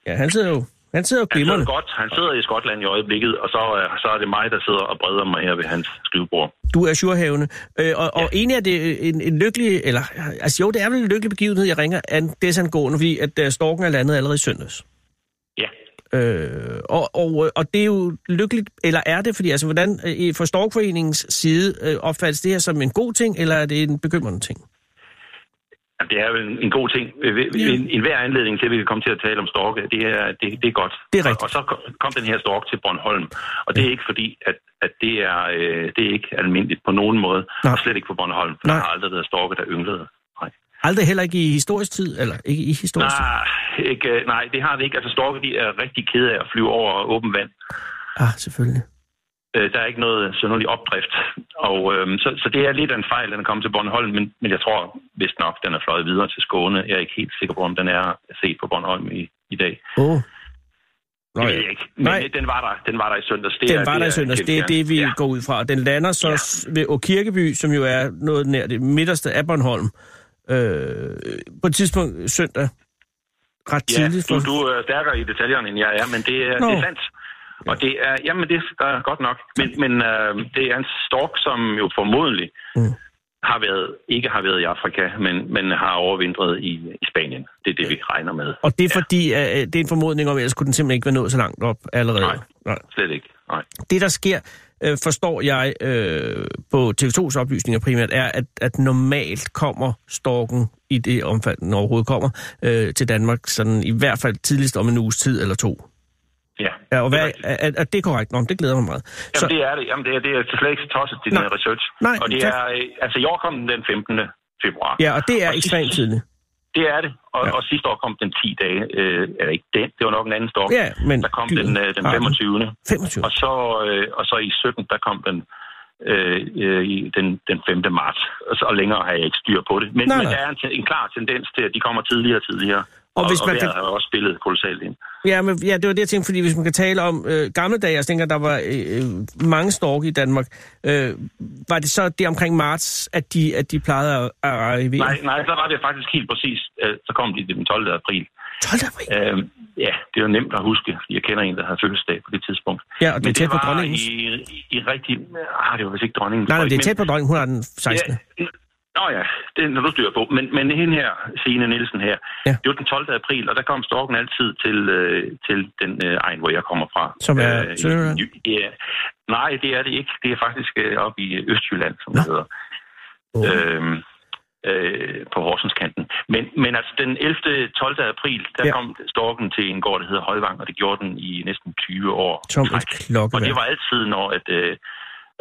C: Ja, han sidder jo, han sidder jo
F: Han sidder,
C: glimrende.
F: godt, han sidder i Skotland i øjeblikket, og så, øh, så er det mig, der sidder og breder mig her ved hans skrivebord.
C: Du er surhavende. Øh, og, og egentlig er det øh, en, en lykkelig, eller altså jo, det er vel en lykkelig begivenhed, jeg ringer an desangående, fordi at uh, storken er landet allerede i søndags.
F: Ja,
C: Øh, og, og, øh, og det er jo lykkeligt, eller er det, fordi altså hvordan øh, fra Storkforeningens side øh, opfattes det her som en god ting, eller er det en bekymrende ting?
F: Jamen, Det er jo en, en god ting. Øh, ved-
C: Ja.
F: En, en hver anledning til, at vi kan komme til at tale om storke, det er, det, det er godt.
C: Det er rigtigt.
F: Og, og så kom- kom den her stork til Bornholm. Og det er ikke fordi, at, at det, er, øh, det er ikke almindeligt på nogen måde.
C: Nej.
F: Og slet ikke på Bornholm. For
C: Nej.
F: der har aldrig været storke, der ynglede. Nej.
C: Aldrig heller ikke i historisk tid, eller ikke i historisk tid.
F: Nej, ikke, øh, nej, det har det ikke. Altså storke, de er rigtig kede af at flyve over åben vand.
C: Ah, selvfølgelig.
F: Øh, der er ikke noget synderlig opdrift. Og, øhm, så, så det er lidt af en fejl, at den er kommet til Bornholm, men, men jeg tror vist nok, den er fløjet videre til Skåne. Jeg er ikke helt sikker på, om den er set på Bornholm i, i dag.
C: Åh. Oh.
F: Det ved jeg ikke. Men
C: Nej.
F: Nej. den var der. Den var der i søndags. Det
C: Den
F: er-
C: var der i
F: er
C: søndags,
F: helt
C: det er
F: fjernt.
C: det, vi
F: Ja.
C: går ud fra. Og Den lander så
F: Ja.
C: ja. ved Åkirkeby, som jo er noget nær det midterste af Bornholm. Øh, på et tidspunkt søndag. Ret
F: Ja,
C: tidligt.
F: du,
C: for-
F: du er stærkere i detaljerne, end jeg er, men det er,
C: Nå.
F: det er sandt. Og det er, jamen det er godt nok, men, men øh, det er en stork, som jo formodentlig
C: Mm.
F: mm. har været, ikke har været i Afrika, men, men har overvintret i, i Spanien. Det er det, vi regner med.
C: Og det er fordi, at øh, det er en formodning om, ellers kunne den simpelthen ikke være nået så langt op allerede.
F: Nej.
C: Nej.
F: Slet ikke. Nej.
C: Det, der sker, øh, forstår jeg øh, på TV2's oplysninger primært, er, at, at normalt kommer storken, i det omfang den overhovedet kommer, øh, til Danmark, sådan i hvert fald tidligst om en uges tid eller to.
F: Ja.
C: Ja, og
F: Det er
C: hvad,
F: rigtigt.
C: er, er, er det korrekt? Nå, men det glæder mig meget.
F: Jamen, det er det. Jamen, det er, det er slet ikke tosset, din
C: Nej.
F: Nej. research.
C: Nej,
F: og det
C: tak.
F: er, øh, altså i år kom den den 15. februar.
C: Ja, og det er
F: Og
C: ekstremt
F: sidst-
C: tidligt.
F: Det er det. Og,
C: Ja.
F: ja. og sidste år kom den 10 dage. Øh, eller ikke den, det var nok en anden storm.
C: Ja, men Ah,
F: Der kom
C: dyret
F: den, øh, den
C: har
F: 25.
C: 25.
F: Og så, øh, og så i 17, der kom den, øh, øh, i den, den 5. marts. Og, så, og længere har jeg ikke styr på det. Men,
C: Nej,
F: men
C: nej.
F: der er en, te- en klar tendens til, at de kommer tidligere og tidligere.
C: Og
F: Og,
C: hvis
F: og,
C: man
F: og
C: kan-
F: kan... har jo også spillet kolossalt ind.
C: Ja, men, ja, det var det, jeg tænkte, fordi hvis man kan tale om øh, gamle dage, jeg tænker, der var øh, øh, mange storke i Danmark, øh, var det så det omkring marts, at de, at de plejede at, at arrivere?
F: Nej, nej, så var det faktisk helt præcis. øh, Så kom de den 12. april.
C: 12. april?
F: Øh, ja, det er jo nemt at huske. Jeg kender en, der havde fødselsdag på det tidspunkt.
C: Ja, og det
F: Men
C: er tæt på
F: var
C: dronningens.
F: I, i rigtig... Ah, det var vist ikke dronningen.
C: Nej, nej, det er
F: Men-
C: tæt på dronningen. Hun er den 16.
F: Ja. Nå ja, det er du styrer på. Men, men hende her, Signe Nielsen her,
C: Ja.
F: ja. det var den 12. april, og der kom storken altid til, øh, til den øh, egen, hvor jeg kommer fra. Øh,
C: Som er
F: i-
C: Sønderjylland?
F: i- ja. Nej, det er det ikke. Det er faktisk øh, oppe i Østjylland, som
C: Nå.
F: det hedder. Øhm, øh, på Horsenskanten. Men, men altså den 11. 12. april, der
C: Ja.
F: ja. kom storken til en gård, der hedder Højvang, og det gjorde den i næsten 20 år.
C: Som
F: i træk.
C: et klokkeværk.
F: Og det var altid, når at, øh,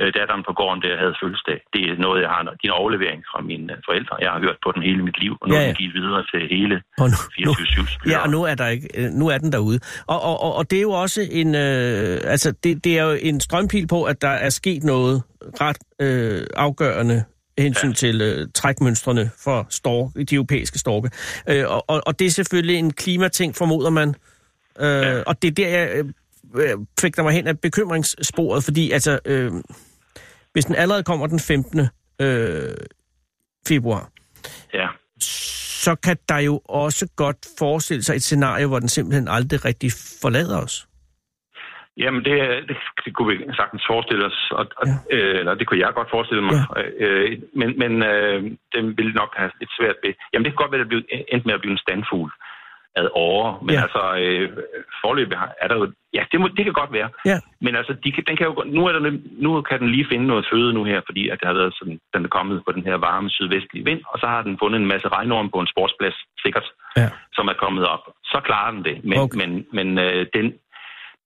F: øh, datteren på gården der havde fødselsdag. Det er noget, jeg har, det er en overlevering fra mine øh, forældre. Jeg har hørt på den hele mit liv, og nu
C: Ja,
F: ja, ja.
C: ja.
F: er den givet videre til hele
C: Og nu, nu,
F: 24-7.
C: ja, og nu er, der ikke, øh, nu er den derude. Og, og, og, og det er jo også en, øh, altså det, det er jo en strømpil på, at der er sket noget ret øh, afgørende hensyn ja. til øh, trækmønstrene for stork, de europæiske storke. Øh, og, og, og det er selvfølgelig en klimating, formoder man. Øh, ja. Og det er der, jeg øh, øh, fægter mig hen af bekymringssporet, fordi altså, øh, hvis den allerede kommer den 15. Øh, februar,
F: Ja.
C: så kan der jo også godt forestille sig et scenarie, hvor den simpelthen aldrig rigtig forlader os.
F: Jamen, det, er- det, det kunne vi sagtens forestille os, og, og, ja. øh, eller det kunne jeg godt forestille mig, ja. øh, men, men øh, den ville nok have lidt svært ved... Jamen, det kunne godt være, at det blev, endte med at blive en standfugl ad over, men
C: Ja.
F: ja. altså, øh, forløbet har- er der jo... Ja, det, må, det kan godt være,
C: Ja.
F: men altså, de kan, den kan jo, godt- nu, er der, nem- nu kan den lige finde noget føde nu her, fordi at det har været sådan, den er kommet på den her varme sydvestlige vind, og så har den fundet en masse regnorm på en sportsplads, sikkert,
C: Ja.
F: som er kommet op. Så klarer den det, men,
C: Okay.
F: okay. men, men øh, den,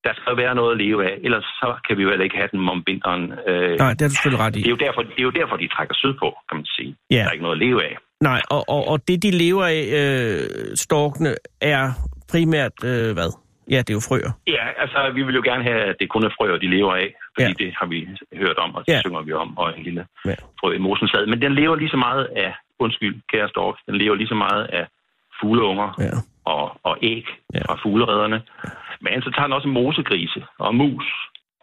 F: der skal jo være noget at leve af, ellers så kan vi jo heller ikke have den om vinteren.
C: Nej,
F: Øh,
C: det har du selvfølgelig ret
F: det,
C: i.
F: er jo derfor, det er jo derfor, de trækker sydpå, kan man sige.
C: Ja.
F: Der er ikke noget at leve af.
C: Nej, og, og, og det, de lever af, øh, storkene, er primært øh, hvad? Ja, det er jo frøer.
F: Ja, altså, vi vil jo gerne have, at det kun er frøer, de lever af, fordi
C: Ja.
F: ja. det har vi hørt om, og det
C: Ja.
F: ja. synger vi om, og en lille
C: Ja.
F: ja. frø i mosen sad. Men den lever lige så meget af, undskyld, kære stork, den lever lige så meget af fugleunger
C: Ja.
F: ja. og, og æg
C: Ja.
F: ja. fra fugleredderne. Men så tager den også mosegrise og mus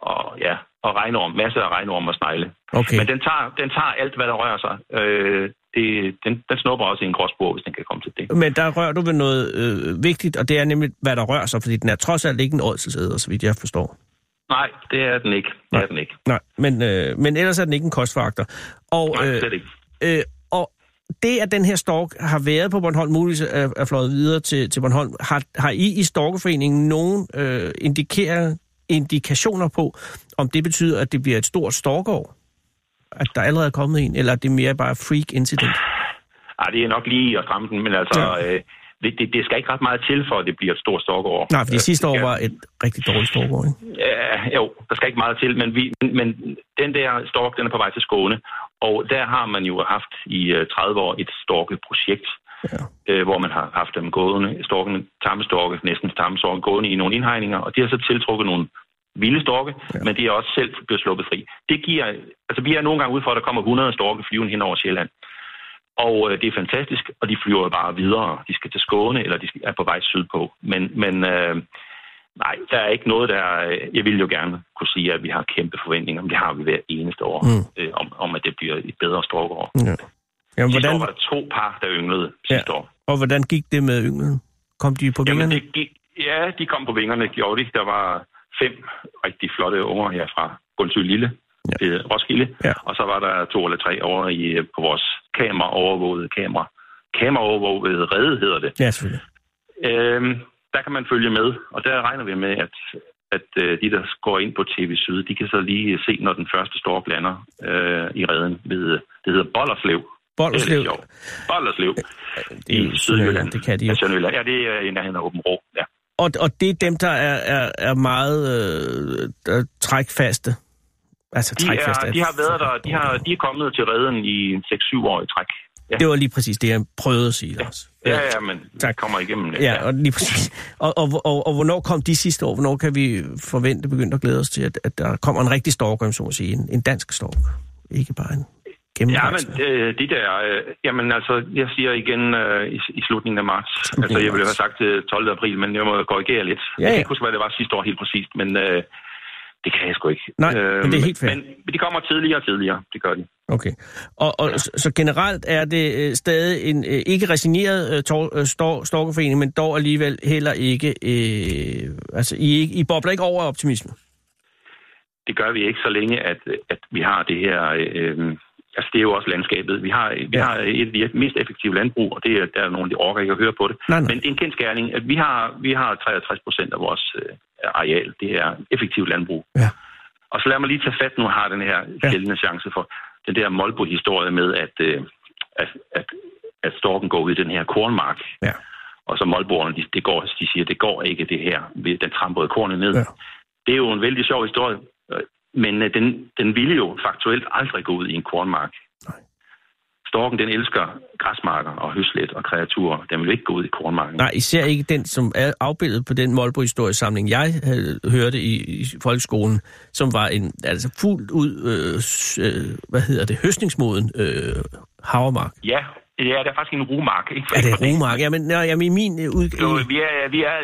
F: og, ja, og regnorm, masser af regnorm og snegle.
C: Okay.
F: Men den tager, den tager alt, hvad der rører sig. Øh, det, den, den snupper også i en gråsbord, hvis den kan komme til det.
C: Men der rører du ved noget øh, vigtigt, og det er nemlig, hvad der rører sig, fordi den er trods alt ikke en ådselsæder, så vidt jeg forstår.
F: Nej, det er den ikke. Det
C: Nej.
F: er den ikke.
C: Nej, men, øh, men ellers er den ikke en kostfaktor. Og,
F: Nej, slet ikke.
C: Øh, og det, at den her stork har været på Bornholm, muligvis er, er fløjet videre til, til Bornholm, har, har I i Storkeforeningen nogen øh, indikerer, indikationer på, om det betyder, at det bliver et stort storkår? At der allerede er kommet en, eller er det mere bare freak incident?
F: Ej, Ah, det er nok lige at stramme den, men altså,
C: Ja.
F: ja. øh, det, det, det skal ikke ret meget til, for at det bliver et stort storkeår.
C: Nej, fordi
F: Øh,
C: sidste år
F: ja.
C: var et rigtig dårligt storkår, ikke?
F: Ja, jo, der skal ikke meget til, men, vi, men, men den der stork, den er på vej til Skåne, og der har man jo haft i øh, 30 år et storkeprojekt, ja. øh, hvor man har haft dem gående, storken, tammestorke, næsten tammestorke, gående i nogle indhegninger, og de har så tiltrukket nogle vilde storke, ja. men de er også selv blevet sluppet fri. Det giver, altså vi er nogle gange ude for, at der kommer 100 storke flyvende hen over Sjælland. Og øh, det er fantastisk, og de flyver jo bare videre. De skal til Skåne, eller de skal- er på vej sydpå. Men, men øh, nej, der er ikke noget, der... øh, Jeg vil jo gerne kunne sige, at vi har kæmpe forventninger, men det har vi hver eneste år,
C: Mm.
F: mm. øh, om, om at det bliver et bedre storkeår.
C: Ja. Jamen,
F: Sidste år
C: hvordan,
F: var der to par, der ynglede sidste ja. år.
C: og hvordan gik det med ynglen? Kom de på
F: Jamen,
C: vingerne?
F: det gik, ja, de kom på vingerne, gjorde de. Der var fem rigtig flotte unger her fra Gundsø Lille,
C: Ja.
F: ja. øh, Roskilde.
C: Ja.
F: Ja. Og så var der to eller tre over i, øh, på vores kameraovervågede kamera. Kameraovervågede redde hedder det.
C: Ja, selvfølgelig.
F: Øhm, der kan man følge med, og der regner vi med, at, at øh, de, der går ind på TV Syd, de kan så lige se, når den første stork lander øh, i redden ved, øh, det hedder Bollerslev.
C: Bollerslev,
F: Det er lidt sjovt. Bollerslev
C: det er jo Sydjylland,
F: i Sydjylland.
C: det kan de jo.
F: Ja, Sønderjylland. Ja, det er i nærheden af Åben Rå. Ja.
C: Og, og det er dem, der er, er, er meget øh, øh, trækfaste. Altså
F: De,
C: trækfaste.
F: er,
C: er
F: de har været der,
C: fucking
F: de, har,
C: dårligt.
F: de er kommet til redden i 6-7 år i træk. Ja,
C: Det var lige præcis det, jeg prøvede at sige, Lars.
F: ja, ja men
C: Tak.
F: tak. kommer igennem det.
C: ja og lige præcis. Og, og, og, og hvornår kom de sidste år? Hvornår kan vi forvente, begynde at glæde os til, at, at der kommer en rigtig stork, om jeg så må sige. En, en dansk stork. Ikke bare en
F: Ja,
C: gennemrejse.
F: men øh, de der... Øh, jamen altså, jeg siger igen øh, i, i slutningen af marts.
C: Slutningen
F: altså,
C: af
F: jeg ville
C: marts.
F: have sagt øh, 12. april, men jeg må korrigere lidt.
C: Ja,
F: jeg
C: ja.
F: kan ikke huske, hvad det var sidste år helt præcist, men øh, Det kan jeg sgu ikke. Øhm,
C: Nej, men det er helt fair.
F: Men de kommer tidligere og tidligere, det gør de.
C: Okay. Og, og så, så generelt er det øh, stadig en øh, ikke resigneret øh, tor, øh, stor, storkerforening, men dog alligevel heller ikke... Øh, altså, I, ikke- I bobler ikke over af optimisme.
F: det gør vi ikke så længe, at, at vi har det her... Øh, altså, det er jo også landskabet. Vi har, vi
C: Ja.
F: ja. har et af de mest effektive landbrug, og det er, der er nogen, der orker ikke at høre på det.
C: Nej, nej.
F: Men det er en kendskærning, at vi har, vi har 63 procent af vores øh, areal. Det er effektivt landbrug.
C: Ja.
F: Og så lad mig lige tage fat nu, har den her
C: Ja.
F: sjældne chance for den der Molbo-historie med, at, øh, at, at, at storken går ud i den her kornmark.
C: Ja.
F: Og så Molboerne, de, det går, de siger, det går ikke det her. Den trampede kornet ned.
C: Ja.
F: Det er jo en vældig sjov historie, øh, men øh, den, den ville jo faktuelt aldrig gå ud i en kornmark. Storken, den elsker græsmarker og høslet og kreaturer. Den vil jo ikke gå ud i kornmarken.
C: Nej, især ikke den, som er afbildet på den Molbo-historiesamling, jeg havde, hørte i, i folkeskolen, som var en altså fuldt ud, øh, s- øh, hvad hedder det, høstningsmoden øh, havermark.
F: Ja, ja, der er faktisk en rumark. Ikke?
C: Er det romark? Jamen, nej, jamen i min øh,
F: Jo,
C: ud...
F: vi er, vi er,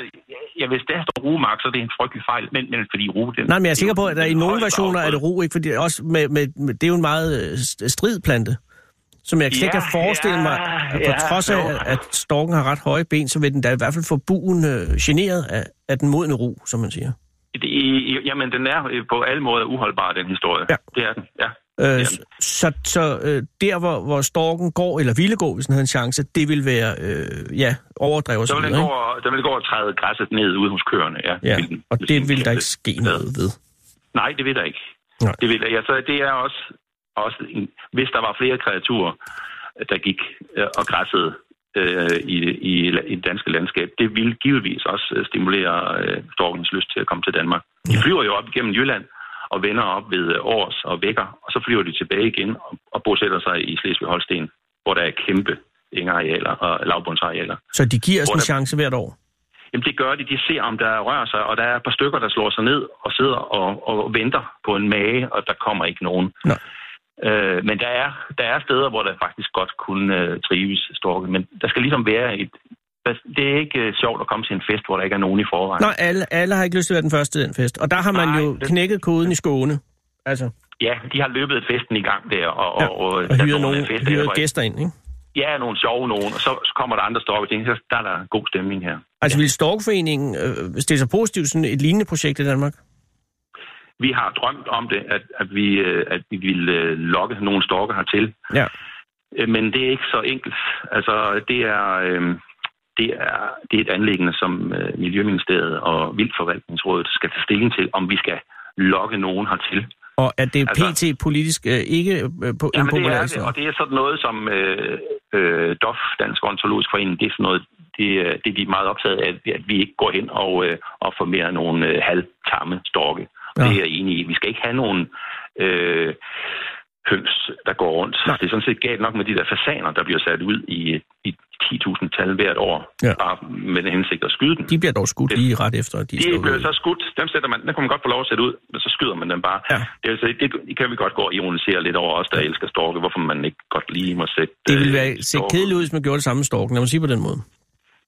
F: ja, hvis der står rumark, så er det en frygtelig fejl. Men, men fordi ru, den,
C: Nej, men jeg er sikker på, at der i
F: den
C: nogle
F: højeste
C: versioner er det ro, ikke? Fordi også med, med, med, det er jo en meget øh, st- stridplante, som jeg slet ikke
F: Ja,
C: kan forestille mig,
F: ja,
C: at på
F: ja,
C: trods af,
F: jo.
C: at storken har ret høje ben, så vil den da i hvert fald få buen øh, generet af, af den modne ro, som man siger.
F: Det, i- jamen, den er øh, på alle måder uholdbar, den historie.
C: Ja.
F: Det er den, ja.
C: Øh,
F: Ja.
C: s- så så øh, der, hvor, hvor storken går, eller ville gå, hvis den havde en chance, det ville være øh, ja, overdrevet.
F: Så vil den gå, og, den vil gå og træde græsset ned ude hos køerne. Ja,
C: Ja,
F: Vil den-
C: og
F: hvis
C: det
F: den
C: vil der
F: kan
C: ikke ske noget ved.
F: Nej, det vil der ikke.
C: Nej.
F: Det vil der. Ja, så det er også, også en, hvis der var flere kreaturer, der gik øh, og græssede øh, i, i, i det danske landskab, det ville givetvis også øh, stimulere øh, storkens lyst til at komme til Danmark. De flyver jo op igennem Jylland og vender op ved øh, Års og Vækker, og så flyver de tilbage igen og, og bosætter sig i Slesvig-Holsten, hvor der er kæmpe engarealer og lavbundsarealer.
C: Så de giver os
F: Hvor
C: en
F: der-
C: chance hvert år.
F: Jamen det gør de. De ser, om der rører sig, og der er et par stykker, der slår sig ned og sidder og, og venter på en mage, og der kommer ikke nogen.
C: Nej.
F: Øh, men der er, der er steder, hvor der faktisk godt kunne øh, trives storke, men der skal ligesom være et... der- Det er ikke øh, sjovt at komme til en fest, hvor der ikke er nogen i forvejen.
C: Nej, alle, alle har ikke lyst til at være den første til den fest. Og der har man
F: Nej,
C: jo
F: det-
C: knækket koden i Skåne. Altså,
F: Ja, de har løbet festen i gang der, og,
C: Ja,
F: og, og, øh, der
C: og
F: er
C: hyret,
F: nogle
C: nogle,
F: fester,
C: hyret
F: hvor-
C: gæster ind, ikke?
F: Ja, nogle sjove nogen, og så, så kommer der andre storke, og tænker, så der er der god stemning her.
C: Altså, ville Storkforeningen øh, stille sig positivt sådan et lignende projekt i Danmark?
F: Vi har drømt om det, at, at, vi, øh, at vi ville øh, lokke nogle storke hertil,
C: Ja.
F: Øh, Men det er ikke så enkelt. Altså, det er, øh, det er, det er et anlæggende, som øh, Miljøministeriet og Vildforvaltningsrådet skal tage stilling til, om vi skal lokke nogen hertil.
C: Og at det
F: Altså-
C: altså, pt. politisk øh, ikke øh, på, ja,
F: Jamen, det
C: impopulært.
F: er det, og det er sådan noget, som øh, øh, DOF, Dansk Ontologisk Forening, det er sådan noget, det, øh, det er de meget optaget af, at vi ikke går hen og, øh, og formerer nogle øh, halvtamme storke. Ja. Det
C: Ja.
F: er jeg enig i. Vi skal ikke have nogen øh, høns, der går rundt.
C: Nej.
F: Nej. Det er sådan set galt nok med de der fasaner, der bliver sat ud i, i 10.000 tal hvert år,
C: Ja.
F: ja. bare med den hensigt at skyde dem.
C: De bliver dog skudt
F: Det-
C: lige ret efter, at de er
F: De
C: slået
F: blev
C: ud.
F: så skudt. Dem, sætter man, dem kan man godt få lov at sætte ud, men så skyder man dem bare.
C: Ja.
F: Det, vil sige, det kan vi godt gå og ironisere lidt over os, der elsker storke, hvorfor man ikke godt lige må sætte...
C: Det ville
F: øh,
C: være, se
F: storke.
C: kedeligt ud, hvis man gjorde det samme med storken, lad mig sige på den måde.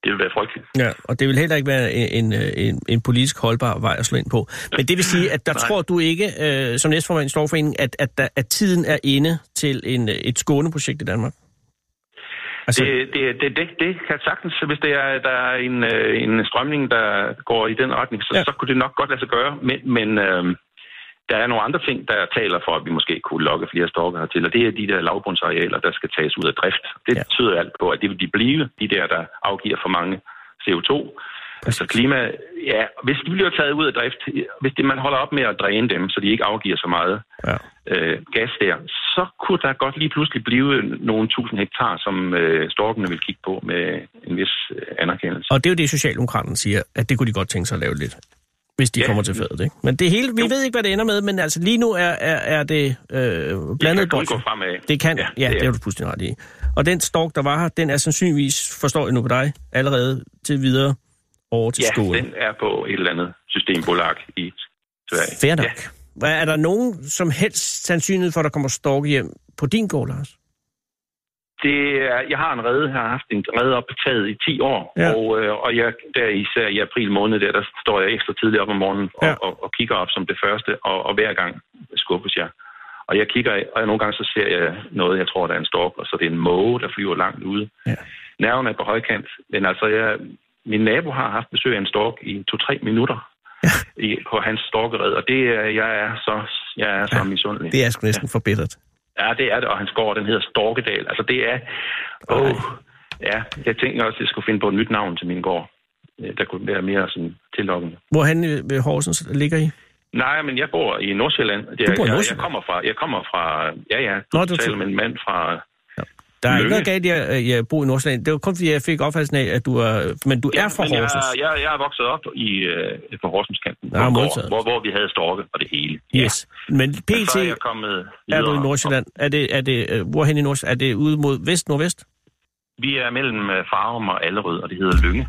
F: Det ville være frygteligt.
C: Ja. Og det vil heller ikke være en, en, en, en politisk holdbar vej at slå ind på. Men det vil sige, at der
F: Nej.
C: tror du ikke, øh, som næstformand i Storkforeningen, at, at, der, at tiden er inde til en, øh, et skåneprojekt i Danmark? Altså,
F: Det, det, det, det, det kan sagtens, hvis det er, der er en, øh, en strømning, der går i den retning, så,
C: Ja.
F: ja. så kunne det nok godt lade sig gøre. Men, men øh, der er nogle andre ting, der taler for, at vi måske kunne lokke flere storker hertil, og det er de der lavbundsarealer, der skal tages ud af drift. Det
C: Ja.
F: ja. tyder alt på, at det vil de blive, de der, der afgiver for mange CO2. Altså klima, ja, hvis de bliver taget ud af drift, hvis det, man holder op med at dræne dem, så de ikke afgiver så meget,
C: ja.
F: øh, gas der, så kunne der godt lige pludselig blive nogle tusind hektar, som øh, storkene vil kigge på med en vis øh, anerkendelse.
C: Og det er jo det, Socialdemokraterne siger, at det kunne de godt tænke sig at lave lidt, hvis de ja.
F: Ja.
C: kommer til fadet. Ikke? Men det hele, vi ved ikke, hvad det ender med, men altså lige nu er, er, er det øh, blandet
F: det kan kun
C: bolsje.
F: gå fremad.
C: Det kan, ja, ja det, er. det er du fuldstændig ret i. Og den stork, der var her, den er sandsynligvis, forstår jeg nu på dig, allerede til videre over til
F: ja,
C: skolen.
F: den er på et eller andet systembolag i Sverige.
C: Fair nok.
F: Ja.
C: Ja. Er der nogen som helst sandsynlighed for, at der kommer stork hjem på din gård, Lars?
F: Det er, jeg har en rede, jeg har haft en rede op på taget i 10 år,
C: Ja.
F: ja. og, øh, og jeg, der især i april måned, der, der står jeg ekstra tidligt op om morgenen og,
C: Ja.
F: ja. og, og kigger op som det første, og, og hver gang skubbes jeg. Og jeg kigger, og nogle gange så ser jeg noget, jeg tror, der er en stork, og så er det en måge, der flyver langt ude.
C: Ja.
F: Nerven er på højkant, men altså, jeg, min nabo har haft besøg af en stork i to-tre minutter i, på hans storkered, og det er, jeg er så, jeg er så ja. misundelig.
C: Det er sgu næsten forbittert.
F: Ja, det er det, og hans gård, den hedder Storkedal. Altså, det er... Åh, oh, ja, jeg tænker også, at jeg skulle finde på et nyt navn til min gård. Øh, Der kunne være mere sådan tillokkende.
C: Hvorhen øh, ved Horsens ligger I?
F: Nej, men jeg bor i Nordsjælland. Jeg,
C: Du bor i
F: jeg, jeg,
C: Nordsjælland?
F: kommer fra, jeg kommer fra... Ja, ja,
C: Nå,
F: Nå,
C: du
F: du taler med en mand fra...
C: Der er ikke
F: Lykke.
C: noget galt i at, øh, at bo i Nordsjælland. Det var kun fordi, jeg fik opfattelsen af, at du er... Men du ja, er fra
F: men jeg,
C: Horsens.
F: jeg, jeg er vokset op i, øh, på Horsenskanten,
C: Nå,
F: på en
C: modtaget.
F: gård, hvor, hvor vi havde storke og det hele.
C: Yes. Men
F: Men
C: pt.
F: så er jeg kommet
C: er du
F: videre,
C: i Nordsjælland. Er det, er det, øh, hvorhen i Nordsjælland? Er det ude mod vest, nordvest?
F: og Vi er mellem øh, Farum og Allerød, og det hedder Lynge.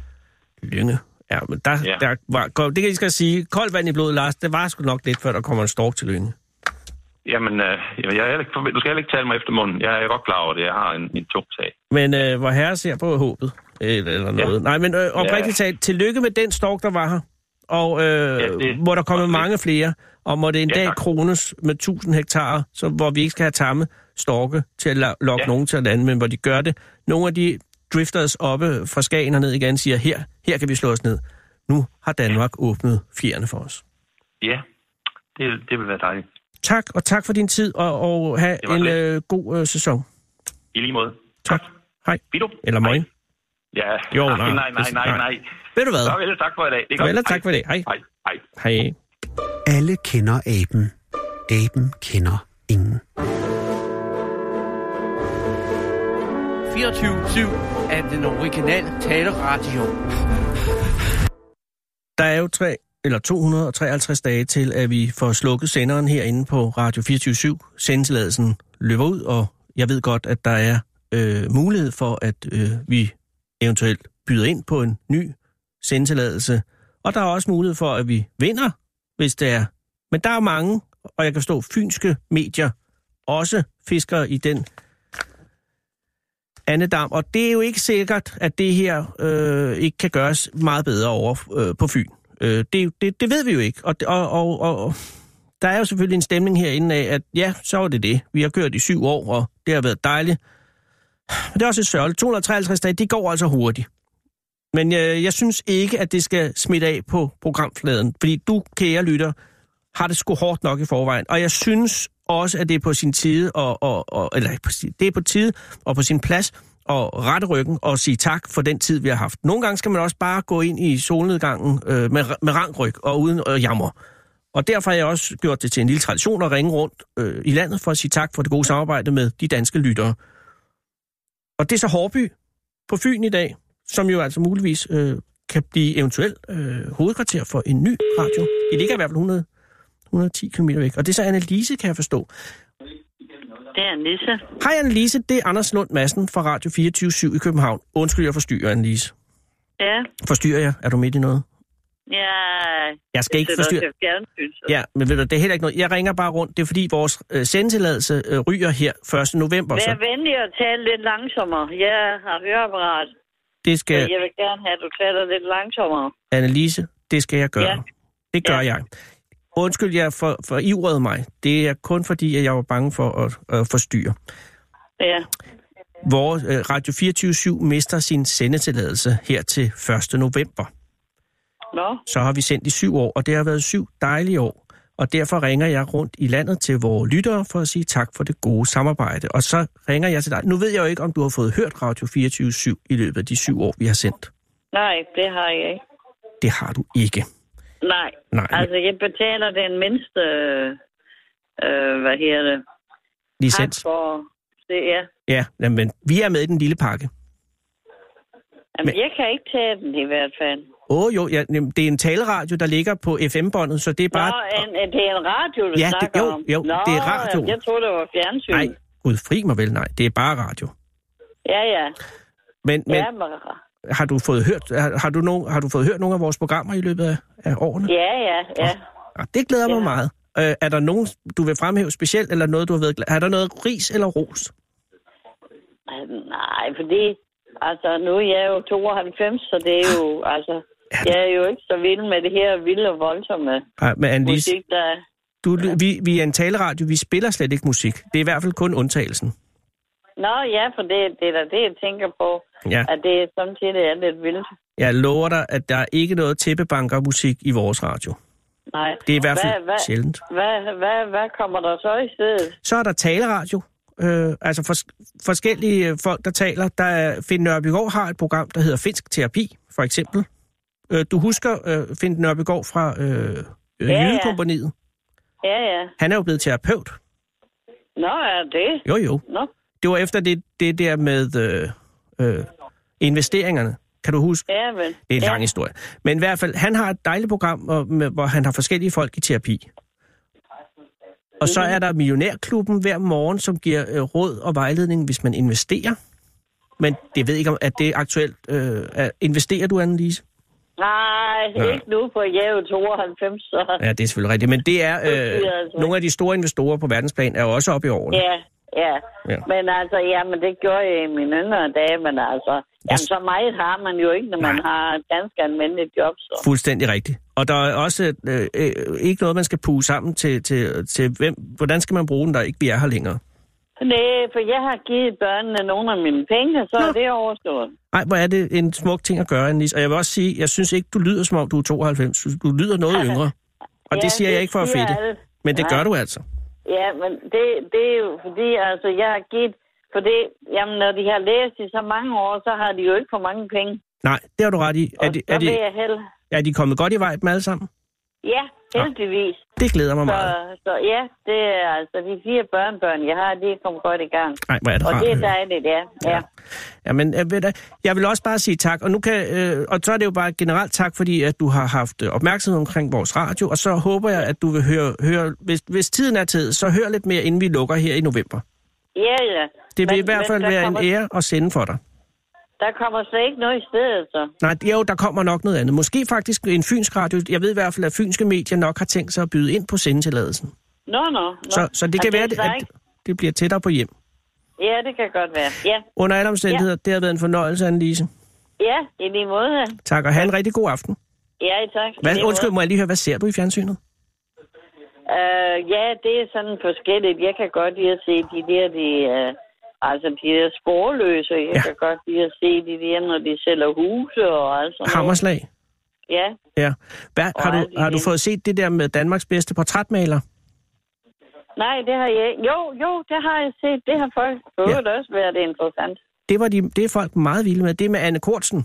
C: Lynge. Ja, men der, ja.
F: Ja.
C: der var, det kan jeg skal sige, koldt vand i blodet, Lars, det var sgu nok lidt, før der kommer en stork til Lynge.
F: Jamen, øh, jeg er heller ikke, forvent- du skal heller ikke tale mig efter munden. Jeg er godt klar over det. Jeg har en, en tung sag.
C: Men øh, hvor herre ser på håbet, eller, eller noget. Ja. Nej, men øh, oprigtigt talt, tillykke med den stork, der var her. Og øh, ja,
F: Ja,
C: det,
F: det-
C: må der komme
F: det-
C: mange flere, og må det en ja,
F: Ja,
C: dag
F: tak.
C: krones med 1000 hektar, så, hvor vi ikke skal have tamme storke til at la- lokke ja.
F: Ja.
C: nogen til at lande, men hvor de gør det. Nogle af de drifters oppe fra Skagen og ned igen siger, her, her kan vi slå os ned. Nu har Danmark ja. åbnet fjerne for os.
F: Ja, det, det vil være dejligt.
C: Tak, og tak for din tid, og, og have
F: Det var
C: en
F: så
C: øh, god øh, sæson.
F: I lige måde.
C: Tak. Hej.
F: Vido?
C: Eller morgen.
F: Hej. Ja.
C: Jo,
F: Ej,
C: nej.
F: nej, nej, nej, nej.
C: Ved du hvad?
F: Så vel, tak for i dag. Det er
C: Så vel,
F: godt.
C: tak for det. Hej.
F: Hej. Hej.
C: Hej.
A: Alle kender aben. Aben kender ingen.
E: 24-7 af den originale taleradio.
C: Der er jo tre, eller 253 dage til, at vi får slukket senderen herinde på Radio 24 Sendetilladelsen løber ud, og jeg ved godt, at der er øh, mulighed for, at øh, vi eventuelt byder ind på en ny sendetilladelse. Og der er også mulighed for, at vi vinder, hvis det er. Men der er mange, og jeg kan stå fynske medier, også fisker i den andedam. Og det er jo ikke sikkert, at det her øh, ikke kan gøres meget bedre over øh, på Fyn. Øh, det, det, det ved vi jo ikke. Og, og, og, og der er jo selvfølgelig en stemning herinde af, at ja, så var det det. Vi har kørt i syv år, og det har været dejligt. Men det er også lidt sørgeligt. 253 dage, det går altså hurtigt. Men øh, jeg synes ikke, at det skal smitte af på programfladen. Fordi du, kære lytter, har det sgu hårdt nok i forvejen. Og jeg synes også, at det er på sin tide, og, og, og, eller ikke på sin, det er på tide og på sin plads og rette ryggen og sige tak for den tid, vi har haft. Nogle gange skal man også bare gå ind i solnedgangen øh, med, med rangryg og uden øh, jammer. Og derfor har jeg også gjort det til en lille tradition at ringe rundt øh, i landet for at sige tak for det gode samarbejde med de danske lyttere. Og det er så Hårby på Fyn i dag, som jo altså muligvis øh, kan blive eventuelt øh, hovedkvarter for en ny radio. Det ligger i hvert fald 100 110 km væk. Og det er så Annelise, kan jeg forstå.
G: Det er Nisse.
C: Hej Annelise, det er Anders Lund Madsen fra Radio 24 i København. Undskyld, jeg forstyrrer, Annelise.
G: Ja,
C: Forstyrrer jeg? Er du midt i noget?
G: ja.
C: Jeg skal ikke forstyrre.
G: Jeg fjernsyn, så.
C: Ja, men ved du, det er heller ikke noget. Jeg ringer bare rundt. Det er fordi, vores øh, sendetilladelse øh, ryger her 1. november.
G: Vær
C: Så
G: venlig og tale lidt langsommere. Jeg har høreapparat.
C: det
G: Ja.
C: skal,
G: Jeg vil gerne have, at du taler lidt langsommere.
C: Annelise, det skal jeg gøre.
G: Ja.
C: Det gør
G: Ja.
C: jeg. Undskyld, jeg for, for ivrede mig. Det er kun fordi, at jeg var bange for at, at forstyrre.
G: Ja,
C: Vores øh, Radio 24 mister sin sendetilladelse her til 1. november.
G: nå.
C: så har vi sendt i syv år, og det har været syv dejlige år. Og derfor ringer jeg rundt i landet til vores lyttere for at sige tak for det gode samarbejde. Og så ringer jeg til dig. Nu ved jeg jo ikke, om du har fået hørt Radio 24 i løbet af de syv år, vi har sendt.
G: Nej, det har jeg ikke.
C: Det har du ikke.
G: Nej.
C: Nej,
G: Altså, jeg betaler den mindste... Øh, hvad hedder det? Tak
C: licens.
G: for... Det, ja.
C: Ja, men vi er med i den lille pakke.
G: Jamen,
C: Men-
G: jeg kan ikke tage den i hvert fald.
C: Åh oh, jo, ja, jamen, det er en taleradio, der ligger på FM-båndet, så det er
G: Nå,
C: bare...
G: en, en, det er en radio, du
C: Ja, det-
G: snakker
C: jo,
G: om.
C: jo,
G: Nå,
C: det er radio.
G: jamen, Jeg troede, det var fjernsyn.
C: Nej, gud fri mig vel, nej. Det er bare radio.
G: Ja, ja.
C: Men, men
G: ja, men...
C: har, du fået hørt, har, har, du nogen, har du fået hørt nogle af vores programmer i løbet af, af årene?
G: ja, ja, ja.
C: Ja, det glæder mig
G: Ja.
C: meget. Øh, er der nogen, du vil fremhæve specielt, eller noget, du har været glad Er der noget ris eller ros?
G: Nej, fordi... Altså, nu er jeg jo 92, så det er jo... Altså, jeg er jo ikke så vild med det her vilde og voldsomme
C: Nej, men Annelise,
G: musik, der...
C: du, vi, vi er en taleradio, vi spiller slet ikke musik. Det er i hvert fald kun undtagelsen.
G: Nå ja, for det, det er da det, jeg tænker på.
C: Ja.
G: At det samtidig er lidt vildt.
C: Jeg lover dig, at der er ikke noget tæppebankermusik i vores radio.
G: Nej.
C: Det er i hvert
G: Hvad-
C: fald
G: hvad-
C: sjældent.
G: Hvad, hvad, hvad kommer der så i stedet?
C: Så er der taleradio. Øh, altså fors- forskellige øh, folk, der taler. Der er, Finn Nørbegaard har et program, der hedder Finsk Terapi, for eksempel. Øh, du husker øh, Finn Nørbegaard fra øh, øh,
G: Ja, ja.
C: Jydekompaniet?
G: Ja, ja.
C: Han er jo blevet terapeut.
G: Nå, er det?
C: Jo, jo.
G: Nå.
C: Det var efter det, det der med øh, øh, investeringerne. Kan du huske?
G: Ja, men...
C: Det er en
G: ja.
C: lang historie. Men i hvert fald, han har et dejligt program, og- med- hvor han har forskellige folk i terapi. Og så er der Millionærklubben hver morgen, som giver øh, råd og vejledning, hvis man investerer. Men det ved ikke, om at det er aktuelt. Øh, at investerer du, Annelise?
G: Nej,
C: Nej.
G: ikke nu, for jeg er jo 92, så...
C: Ja, det er selvfølgelig rigtigt. Men det er, øh,
G: altså
C: nogle af de store investorer på verdensplan er jo også oppe i årene.
G: Ja, ja.
C: Ja.
G: Men altså, jamen, det gjorde jeg i mine yngre dage, men altså... Jamen, så meget har man jo ikke, når man
C: Nej.
G: har et ganske almindeligt job, så...
C: Fuldstændig rigtigt. Og der er også øh, øh, ikke noget, man skal puge sammen til, til, til hvem, hvordan skal man bruge den, der ikke vi er her længere.
G: Nej, for jeg har givet børnene nogle af mine penge, så er det overstået.
C: Ej, hvor er det en smuk ting at gøre, Annelise. Og jeg vil også sige, jeg synes ikke, du lyder som om du er 92. Du- Du lyder
G: [LAUGHS]
C: noget yngre. Og
G: Ja,
C: det siger jeg ikke for at
G: siger
C: fedte.
G: alle.
C: Men det
G: Nej.
C: gør du altså.
G: Ja, men det, det er jo fordi, altså, jeg har givet... For det, jamen, når de har læst i så mange år, så har de jo ikke for mange penge.
C: Nej, det har du ret i.
G: Og
C: Er de,
G: så
C: er,
G: vil
C: de,
G: jeg hellere...
C: er de kommet godt i vej dem alle sammen?
G: Ja, heldigvis.
C: Det glæder mig
G: Så,
C: meget.
G: så ja, det er altså de fire børnebørn, jeg har, de er kommet godt i gang.
C: Nej, hvor er det
G: Og
C: rart
G: det
C: at
G: er
C: høre.
G: dejligt, ja. ja.
C: Jamen, jeg, ved da, jeg vil også bare sige tak, og, nu kan, øh, og så er det jo bare et generelt tak, fordi at du har haft øh, opmærksomhed omkring vores radio, og så håber jeg, at du vil høre, høre hvis, hvis tiden er tid, så hør lidt mere, inden vi lukker her i november.
G: Ja, ja.
C: Det vil
G: Men-
C: i hvert
G: men
C: fald
G: der
C: være en
G: kommer,
C: ære at sende for dig.
G: Der kommer slet ikke noget i stedet, så.
C: Nej, jo, der kommer nok noget andet. Måske faktisk en fynsk radio. Jeg ved i hvert fald, at fynske medier nok har tænkt sig at byde ind på sendetilladelsen.
G: Nå, nå. nå.
C: Så, så det kan
G: Og
C: være,
G: er
C: at,
G: så
C: at
G: ikke-
C: det bliver tættere på hjem.
G: Ja, det kan godt være. Ja,
C: Under alle omstændigheder, det har været en fornøjelse, Annelise.
G: ja i lige måde.
C: Tak, og have en rigtig god aften.
G: Ja, i tak. I
C: Hvad,
G: lige
C: undskyld,
G: måde.
C: må jeg lige høre, hvad ser du i fjernsynet?
G: Øh, ja, det er sådan forskelligt. Jeg kan godt lide at se de der, de, øh, altså de der sporløse. Jeg
C: Ja.
G: kan godt lide at se de der, når de sælger huse og alt sådan noget.
C: Hammerslag?
G: Ja,
C: Ja. Hvad, har,
G: alt
C: du,
G: det
C: har du
G: der.
C: fået set det der med Danmarks bedste portrætmaler?
G: nej, det har jeg ikke. Jo, jo, det har jeg set. Det har folk fået ja. også været interessant.
C: Det, var de, det er folk meget vilde med. Det er med Anne Kortsen.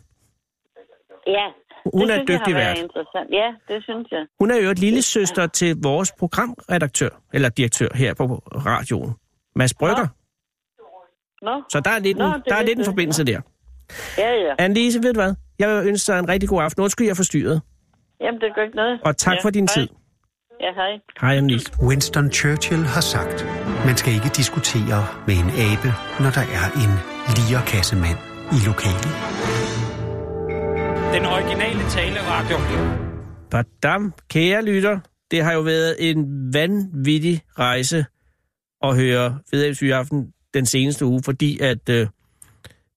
G: Ja.
C: Hun
G: det
C: er
G: synes
C: dygtig
G: jeg har
C: vært.
G: været interessant. Ja, det synes jeg.
C: Hun er jo et lille søster til vores programredaktør, eller direktør her på radioen, Mads Brygger.
G: Nå,
C: Så der er lidt,
G: Nå,
C: en,
G: det
C: der er
G: vidste
C: lidt en
G: jeg.
C: forbindelse der.
G: ja, ja.
C: Annelise, ved du hvad? Jeg vil ønske dig en rigtig god aften. Undskyld, jeg forstyrrede.
G: Jamen, det gør ikke noget.
C: Og tak
G: ja,
C: for din
G: hej.
C: tid.
G: Ja, hej.
C: Hej, Annelise.
A: Winston Churchill har sagt, man skal ikke diskutere med en abe, når der er en lierkassemand i lokalet.
H: Den originale taleradio.
C: Badam, kære lytter. Det har jo været en vanvittig rejse at høre Fedabsbyaften den seneste uge, fordi at øh,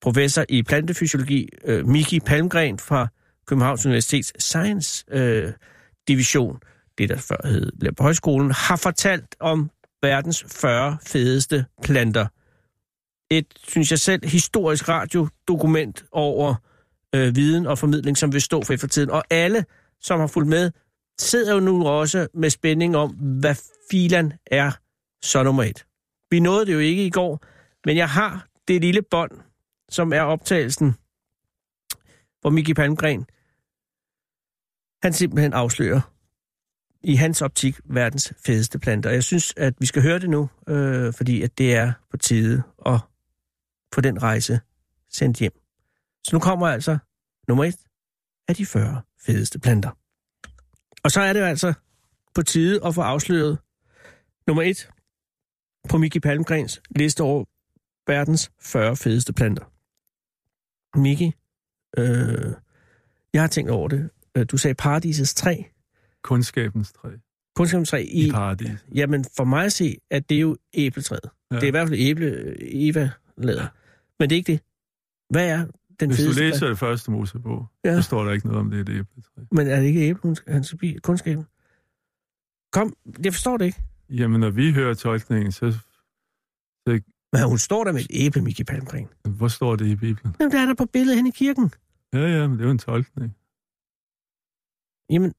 C: professor i plantefysiologi, øh, Miki Palmgren fra Københavns Universitets Science øh, Division, det der før hed Lab Højskolen, har fortalt om verdens 40 fedeste planter. Et, synes jeg selv, historisk radiodokument over øh, viden og formidling, som vil stå for for tiden. Og alle som har fulgt med, sidder jo nu også med spænding om, hvad filan er så nummer et. Vi nåede det jo ikke i går, men jeg har det lille bånd, som er optagelsen, hvor Miki Palmgren, han simpelthen afslører i hans optik verdens fedeste planter. Og Jeg synes, at vi skal høre det nu, øh, fordi at det er på tide at få den rejse sendt hjem. Så nu kommer altså nummer et af de 40 fedeste planter. Og så er det jo altså på tide at få afsløret nummer et på Miki Palmgrens liste over verdens 40 fedeste planter. Miki, øh, jeg har tænkt over det. Øh, Du sagde paradisets træ,
I: Kundskabens træ i,
C: kunskabstræ i...
I: i paradis.
C: Jamen, for mig at se, at det er jo æbletræet. Ja. Det er i hvert fald æble øh, Eva lader. Men det er ikke det. Hvad er den
I: Hvis du
C: fedeste?
I: læser det første Mosebog,
C: Ja.
I: ja. så står der ikke noget om det er et æbletræ.
C: Men er det ikke æble, hun skal, han skal blive kundskaben? Kom, jeg forstår det ikke.
I: Jamen, når vi hører tolkningen, så
C: Men hun står der med et æble, Miki Palmgren.
I: hvor står det i Bibelen?
C: Jamen, der er der på billedet hen i kirken.
I: Ja, ja, men det er jo en tolkning.
C: Jamen,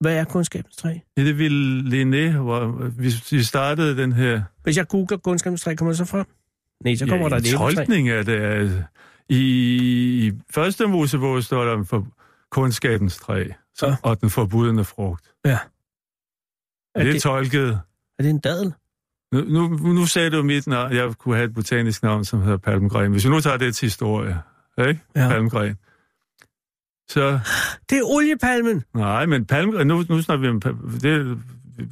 C: hvad er kundskabens træ?
I: Ja, det ville Linné, hvor vi, vi startede den her...
C: Hvis jeg googler kundskabens træ, kommer det så frem? Nej, så kommer
I: ja,
C: der et
I: en
C: æbletræ.
I: tolkning af det. Altså. I, I første Mosebog står der om for kundskabens træ så,
C: Ja.
I: og den forbudne frugt.
C: Ja. Er
I: Er det,
C: det-
I: det tolket...
C: Er det en dadel?
I: Nu, nu, nu sagde du mit navn. Jeg kunne have et botanisk navn, som hedder palmgren. Hvis vi nu tager det til historie, ikke?
C: Ja.
I: Ja. Palmgren. Så,
C: Det er oliepalmen.
I: nej, men palmgren, nu, nu snakker vi om, pal- det,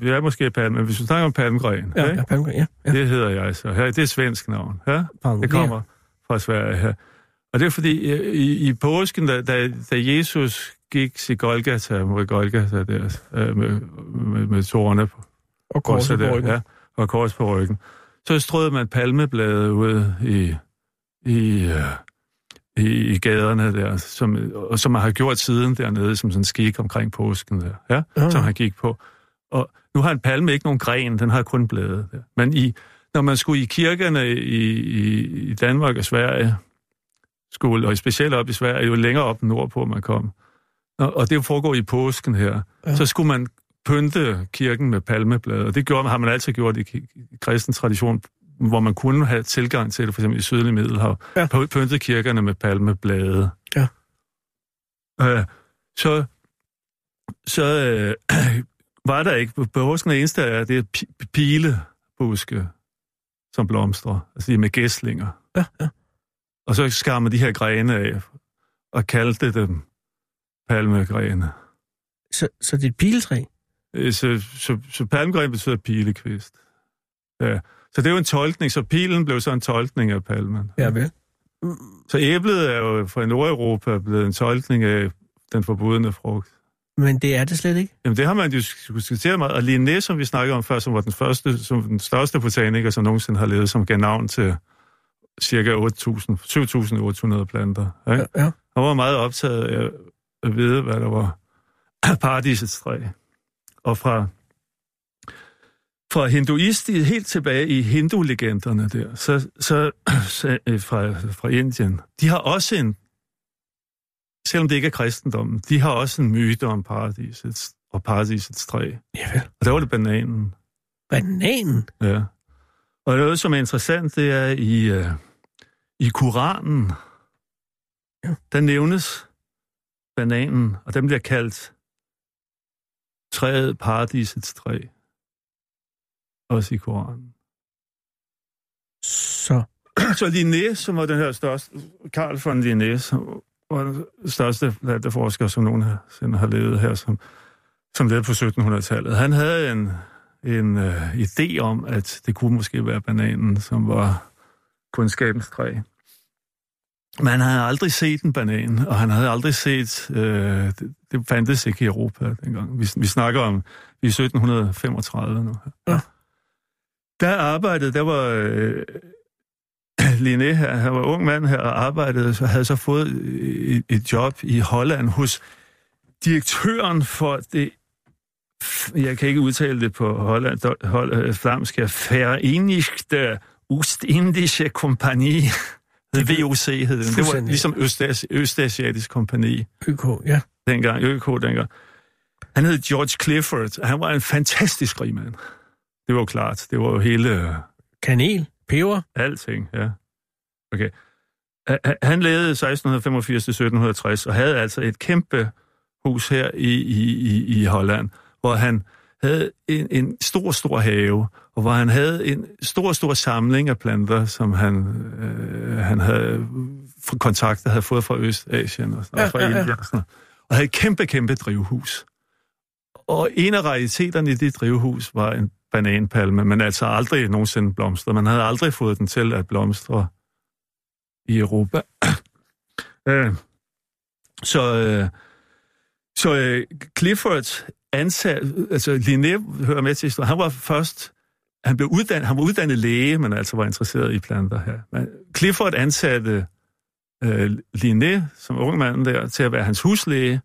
I: vi er måske palm, men hvis vi snakker om palmgren,
C: Ja,
I: ikke?
C: ja, palmgren, ja. ja.
I: det hedder jeg så, her, det er svensk navn, ja?
C: Palmgren.
I: det kommer fra Sverige her. Og det er fordi, øh, i, i påsken, da, da, da Jesus gik til Golgata, mod Golgata der, øh, med, med, med tårerne på,
C: Og korset
I: Korset
C: på ryggen.
I: Ja, og kors på ryggen. Så strøede man palmeblade ud i, i, øh, i, i gaderne der, som, og som man har gjort siden dernede, som sådan en skik omkring påsken der, ja,
C: Ja.
I: ja. som han gik på. Og nu har en palme ikke nogen gren, den har kun blade. Der. Men i, når man skulle i kirkerne i, i, i Danmark og Sverige, skulle, og specielt op i Sverige, jo længere op nordpå man kom, og, og det foregår i påsken her,
C: Ja.
I: ja. så skulle man pynte kirken med palmeblade, og det gjorde, har man altid gjort i ki- kristen tradition, hvor man kunne have tilgang til det, for eksempel i sydlige Middelhav,
C: Ja.
I: ja. pynte kirkerne med palmeblade.
C: Ja.
I: Øh, så så øh, [CLEARS THROAT] var der ikke, på påsken er eneste af det er pi- pilebuske, som blomstrer, altså de er med gæslinger.
C: Ja, ja.
I: Og så skar man de her grene af, og kaldte dem palmegrene.
C: Så, så det er et piletræ.
I: Øh, Så, så, så palmgren betyder pilekvist. Ja. Så det er jo en tolkning, så pilen blev så en tolkning af palmen.
C: Ja, vel.
I: Så æblet er jo fra Nordeuropa blevet en tolkning af den forbudne frugt.
C: Men det er det slet ikke.
I: Jamen det har man jo diskuteret meget, og Linné, som vi snakkede om før, som var den, første, som den største botaniker, som nogensinde har levet, som gav navn til cirka 8.000 7.800 planter. Ikke?
C: Ja, ja.
I: Han var meget optaget af at vide, hvad der var paradisets træ. Og fra, fra hinduist, helt tilbage i hindulegenderne der, så, så, så øh, fra, fra Indien, de har også en, selvom det ikke er kristendommen, de har også en myte om paradisets, og paradisets træ.
C: ja vel.
I: Og der var det bananen.
C: Bananen.
I: Ja. Og noget, som er interessant, det er i, øh, i Koranen,
C: Ja.
I: ja. der nævnes bananen, og den bliver kaldt træet paradisets træ. Også i Koranen.
C: Så
I: [CLEARS THROAT] Så Linné, som var den her største, Karl von Linné, som var den største planteforsker, som nogen har, siden har levet her, som, som levede på 1700-tallet. Han havde en, en øh, idé om, at det kunne måske være bananen, som var kundskabens træ. Men han havde aldrig set en banan, og han havde aldrig set... Øh, det, det fandtes ikke i Europa dengang. Vi, vi snakker om... Vi er 1735 nu.
C: Ja.
I: Der arbejdede... Der var... Øh, [CLEARS THROAT] Linné her, han var ung mand her og arbejdede, så havde så fået øh, et, et job i Holland hos direktøren for det, jeg kan ikke udtale det på Holland, do- hol, øh, flamsk her, Verenigte Ostindische Kompagni, hed VOC hed den. Det var
C: Fuldstændig.
I: ligesom Østas, Østasiatisk Kompagni
C: YK, ja.
I: dengang, ØK dengang. Han hed George Clifford, og han var en fantastisk rig mand. Det var jo klart, det var jo hele... øh,
C: Kanel, peber.
I: Alting, ja. Okay. Ha- ha- Han levede 1685-1760 og havde altså et kæmpe hus her i, i, i, i Holland, hvor han havde en, en stor, stor have, og hvor han havde en stor, stor samling af planter, som han, øh, han havde fra kontakter havde fået fra Østasien og, sådan,
C: Ja,
I: og fra
C: ja, ja.
I: Indien og sådan noget. Og havde et kæmpe, kæmpe drivhus. Og en af rariteterne i det drivhus var en bananpalme, men altså aldrig nogensinde blomstret. Man havde aldrig fået den til at blomstre i Europa. [CLEARS THROAT] øh, så øh, så øh, Clifford ansat, altså Linné hører med til historien, han var først han, blev uddannet, han var uddannet læge, men altså var interesseret i planter her. Men Clifford ansatte øh, Linné, som ung mand der, til at være hans huslæge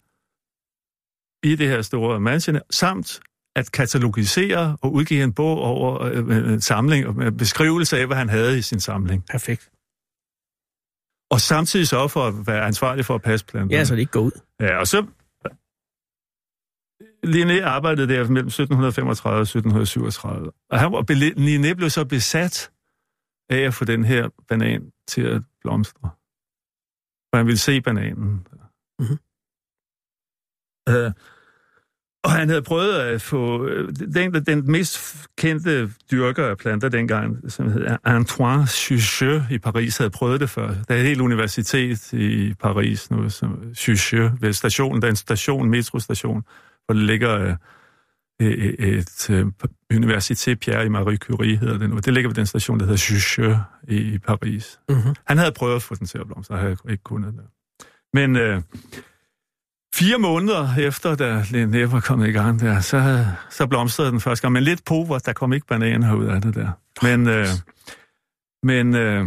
I: i det her store mansion, samt at katalogisere og udgive en bog over øh, en samling, med beskrivelse af, hvad han havde i sin samling.
C: Perfekt.
I: Og samtidig sørge for at være ansvarlig for at passe planterne.
C: Ja, så det ikke går ud.
I: Ja, og så... Linné arbejdede der mellem 1735 og 1737. Og han var, bele- Linné blev så besat af at få den her banan til at blomstre. For han ville se bananen.
C: Mhm.
I: Øh, og han havde prøvet at få... øh, Den, den mest kendte dyrker af planter dengang, som hed Antoine Chuchot i Paris, havde prøvet det før. Der er et helt universitet i Paris nu, som Chuchot, ved stationen, der er en station, metrostation, hvor der ligger øh, øh, et øh, universitet, Pierre i Marie Curie hedder det nu. Det ligger ved den station, der hedder Chuchot i, i Paris.
C: Mm-hmm.
I: Han havde prøvet at få den til at blomstre, og havde ikke kunnet det. Men øh, fire måneder efter, da Linné var kommet i gang der, så, havde- så blomstrede den første gang. Men lidt pover, der kom ikke bananer ud af det der. Men, øh, men øh,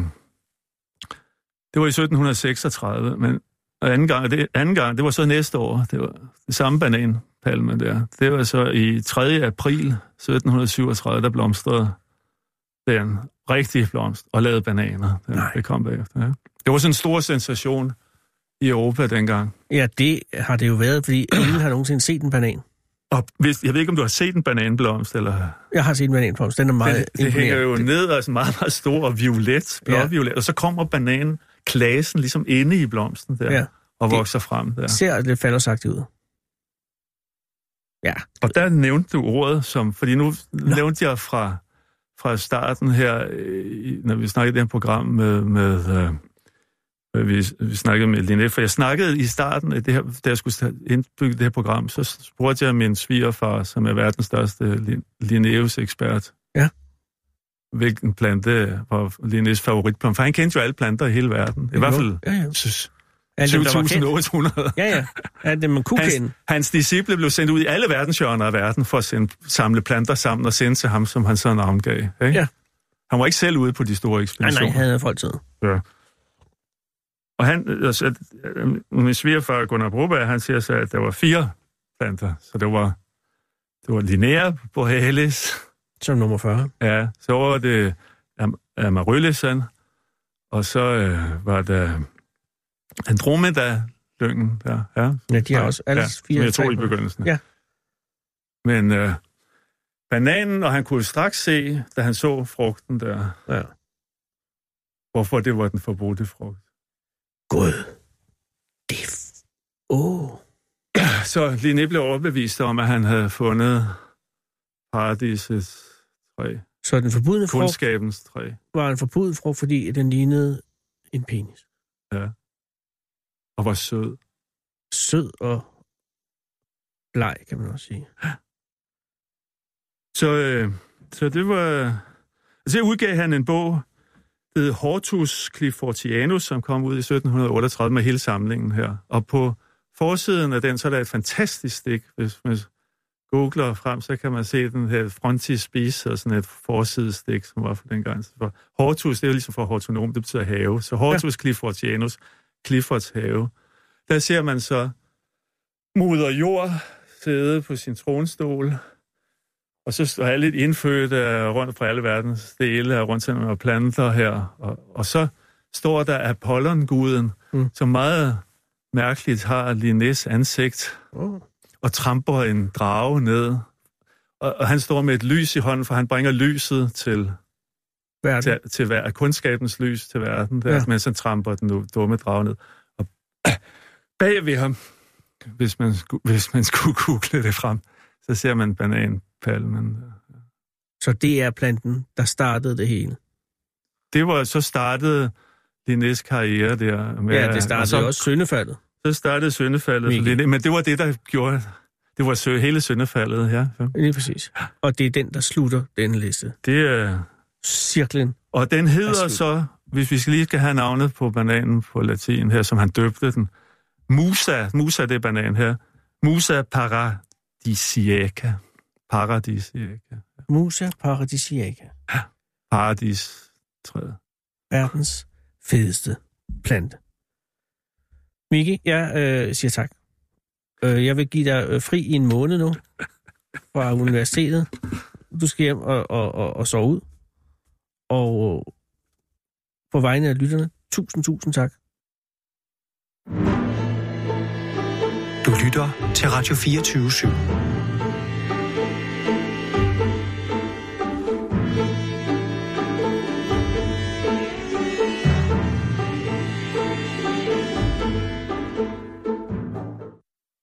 I: det var i 1736, men og anden gang, det, anden gang, det var så næste år, det var det samme bananpalme der. Det var så i 3. april 1737, der blomstrede den rigtige blomst og lavede bananer. Den,
C: Nej.
I: Det kom bagefter, ja. Det var sådan en stor sensation i Europa dengang.
C: Ja, det har det jo været, fordi ingen har nogensinde set en banan.
I: Og hvis, jeg ved ikke, om du har set en bananblomst, eller...
C: Jeg har set en bananblomst. Den er meget
I: det, det hænger
C: imponerende.
I: jo ned og er sådan meget, meget stor og violet, blåviolet, ja. og så kommer bananen, klasen ligesom inde i blomsten der,
C: Ja.
I: ja. og
C: Det-
I: vokser frem der.
C: Ser det faldersagtigt ud. Ja,
I: Og der nævnte du ordet, som, fordi nu nævnte jeg fra, fra starten her, øh, i- når vi snakkede i det her program med, med øh, hvad vi, vi snakkede med Linette, for jeg snakkede i starten af det her, da jeg skulle sta- indbygge det her program, så spurgte jeg min svigerfar, som er verdens største Lin- Linnaeus-ekspert,
C: Ja.
I: hvilken plante var Linnaeus favoritplante, for han kendte jo alle planter i hele verden, i hvert fald
C: Ja, ja.
I: synes,
C: Alt det, der var kendt.
I: 7.800.
C: Ja, ja. Alt det, man kunne
I: Hans,
C: kende.
I: hans disciple blev sendt ud i alle verdenshjørner af verden for at sende, samle planter sammen og sende til ham, som han så navngav. Ikke?
C: Ja.
I: Han var ikke selv ude på de store
C: Nej, nej,
I: ekspeditioner.
C: havde folk tid.
I: Og han, øh, altså, øh, min svigerfar Gunnar Broberg, han siger så, at der var fire planter. Så det var, det var Linnea Borealis,
C: Som nummer 40.
I: ja, så var det Am- Amaryllisan, og så øh, var der Andromeda-lyngen der, ja,
C: Ja, de har også alle fire.
I: som jeg tror i
C: tre-
I: begyndelsen.
C: Ja.
I: Men øh, bananen, og han kunne jo straks se, da han så frugten der,
C: Ja.
I: hvorfor det var den forbudte frugt.
C: Gud. Det er... f- Åh. Oh.
I: Så Linné blev overbevist om, at han havde fundet paradisets træ,
C: Så den forbudne frugt
I: kundskabens træ.
C: var en forbudt frugt, fordi den lignede en penis.
I: Og var sød.
C: Sød og bleg, kan man også sige.
I: Så, øh, så det var... Så udgav han en bog, der hed Hortus Cliffortianus, som kom ud i 1738 med hele samlingen her. Og på forsiden af den, så er der et fantastisk stik. Hvis man googler frem, så kan man se den her frontispiece og sådan et forsidestik, som var for den gang. For Hortus, det er jo ligesom for hortonom, det betyder have. Så Hortus ja. Cliffortianus, Cliffords have. Der ser man så moder jord sidde på sin tronstol, og så er jeg lidt indfødt uh, rundt fra alle verdens dele, og rundt til og planter her. Og, og så står der Apollon-guden,
C: Mm.
I: mm. som meget mærkeligt har Linnés ansigt,
C: Oh.
I: og tramper en drage ned. Og, og han står med et lys i hånden, for han bringer lyset til,
C: Verden.
I: til, til ver- kundskabens lys til verden, der,
C: Ja.
I: ja. mens han tramper den nu dumme drage ned. Og [CLEARS THROAT] bag ved ham, hvis man, skulle, hvis man skulle [LAUGHS] google det frem, så ser man bananpalmen der.
C: Så det er planten, der startede det hele.
I: det var så startede Linnés karriere der. Med,
C: Ja, det
I: og
C: startede
I: så,
C: så... også syndefaldet.
I: Så startede Søndefaldet for
C: Mega.
I: Linné, men det var det, der gjorde... Det var sø, hele Søndefaldet, ja. ja.
C: Lige præcis. Og det er den, der slutter denne liste.
I: Det, øh,
C: Cirklen.
I: og den hedder
C: Absolut.
I: så, hvis vi skal lige skal have navnet på bananen på latin her, som han døbte den, Musa, Musa det er banan her, Musa paradisiaca. Paradisiaca.
C: Musa paradisiaca.
I: Paradis træet.
C: Verdens fedeste plante. Miki, jeg øh, siger tak. Øh, jeg vil give dig øh, fri i en måned nu fra universitetet. Du skal hjem og, og, og, og sove ud. Og øh, på vegne af lytterne, tusind, tusind tak.
A: Du lytter til Radio 24 /7.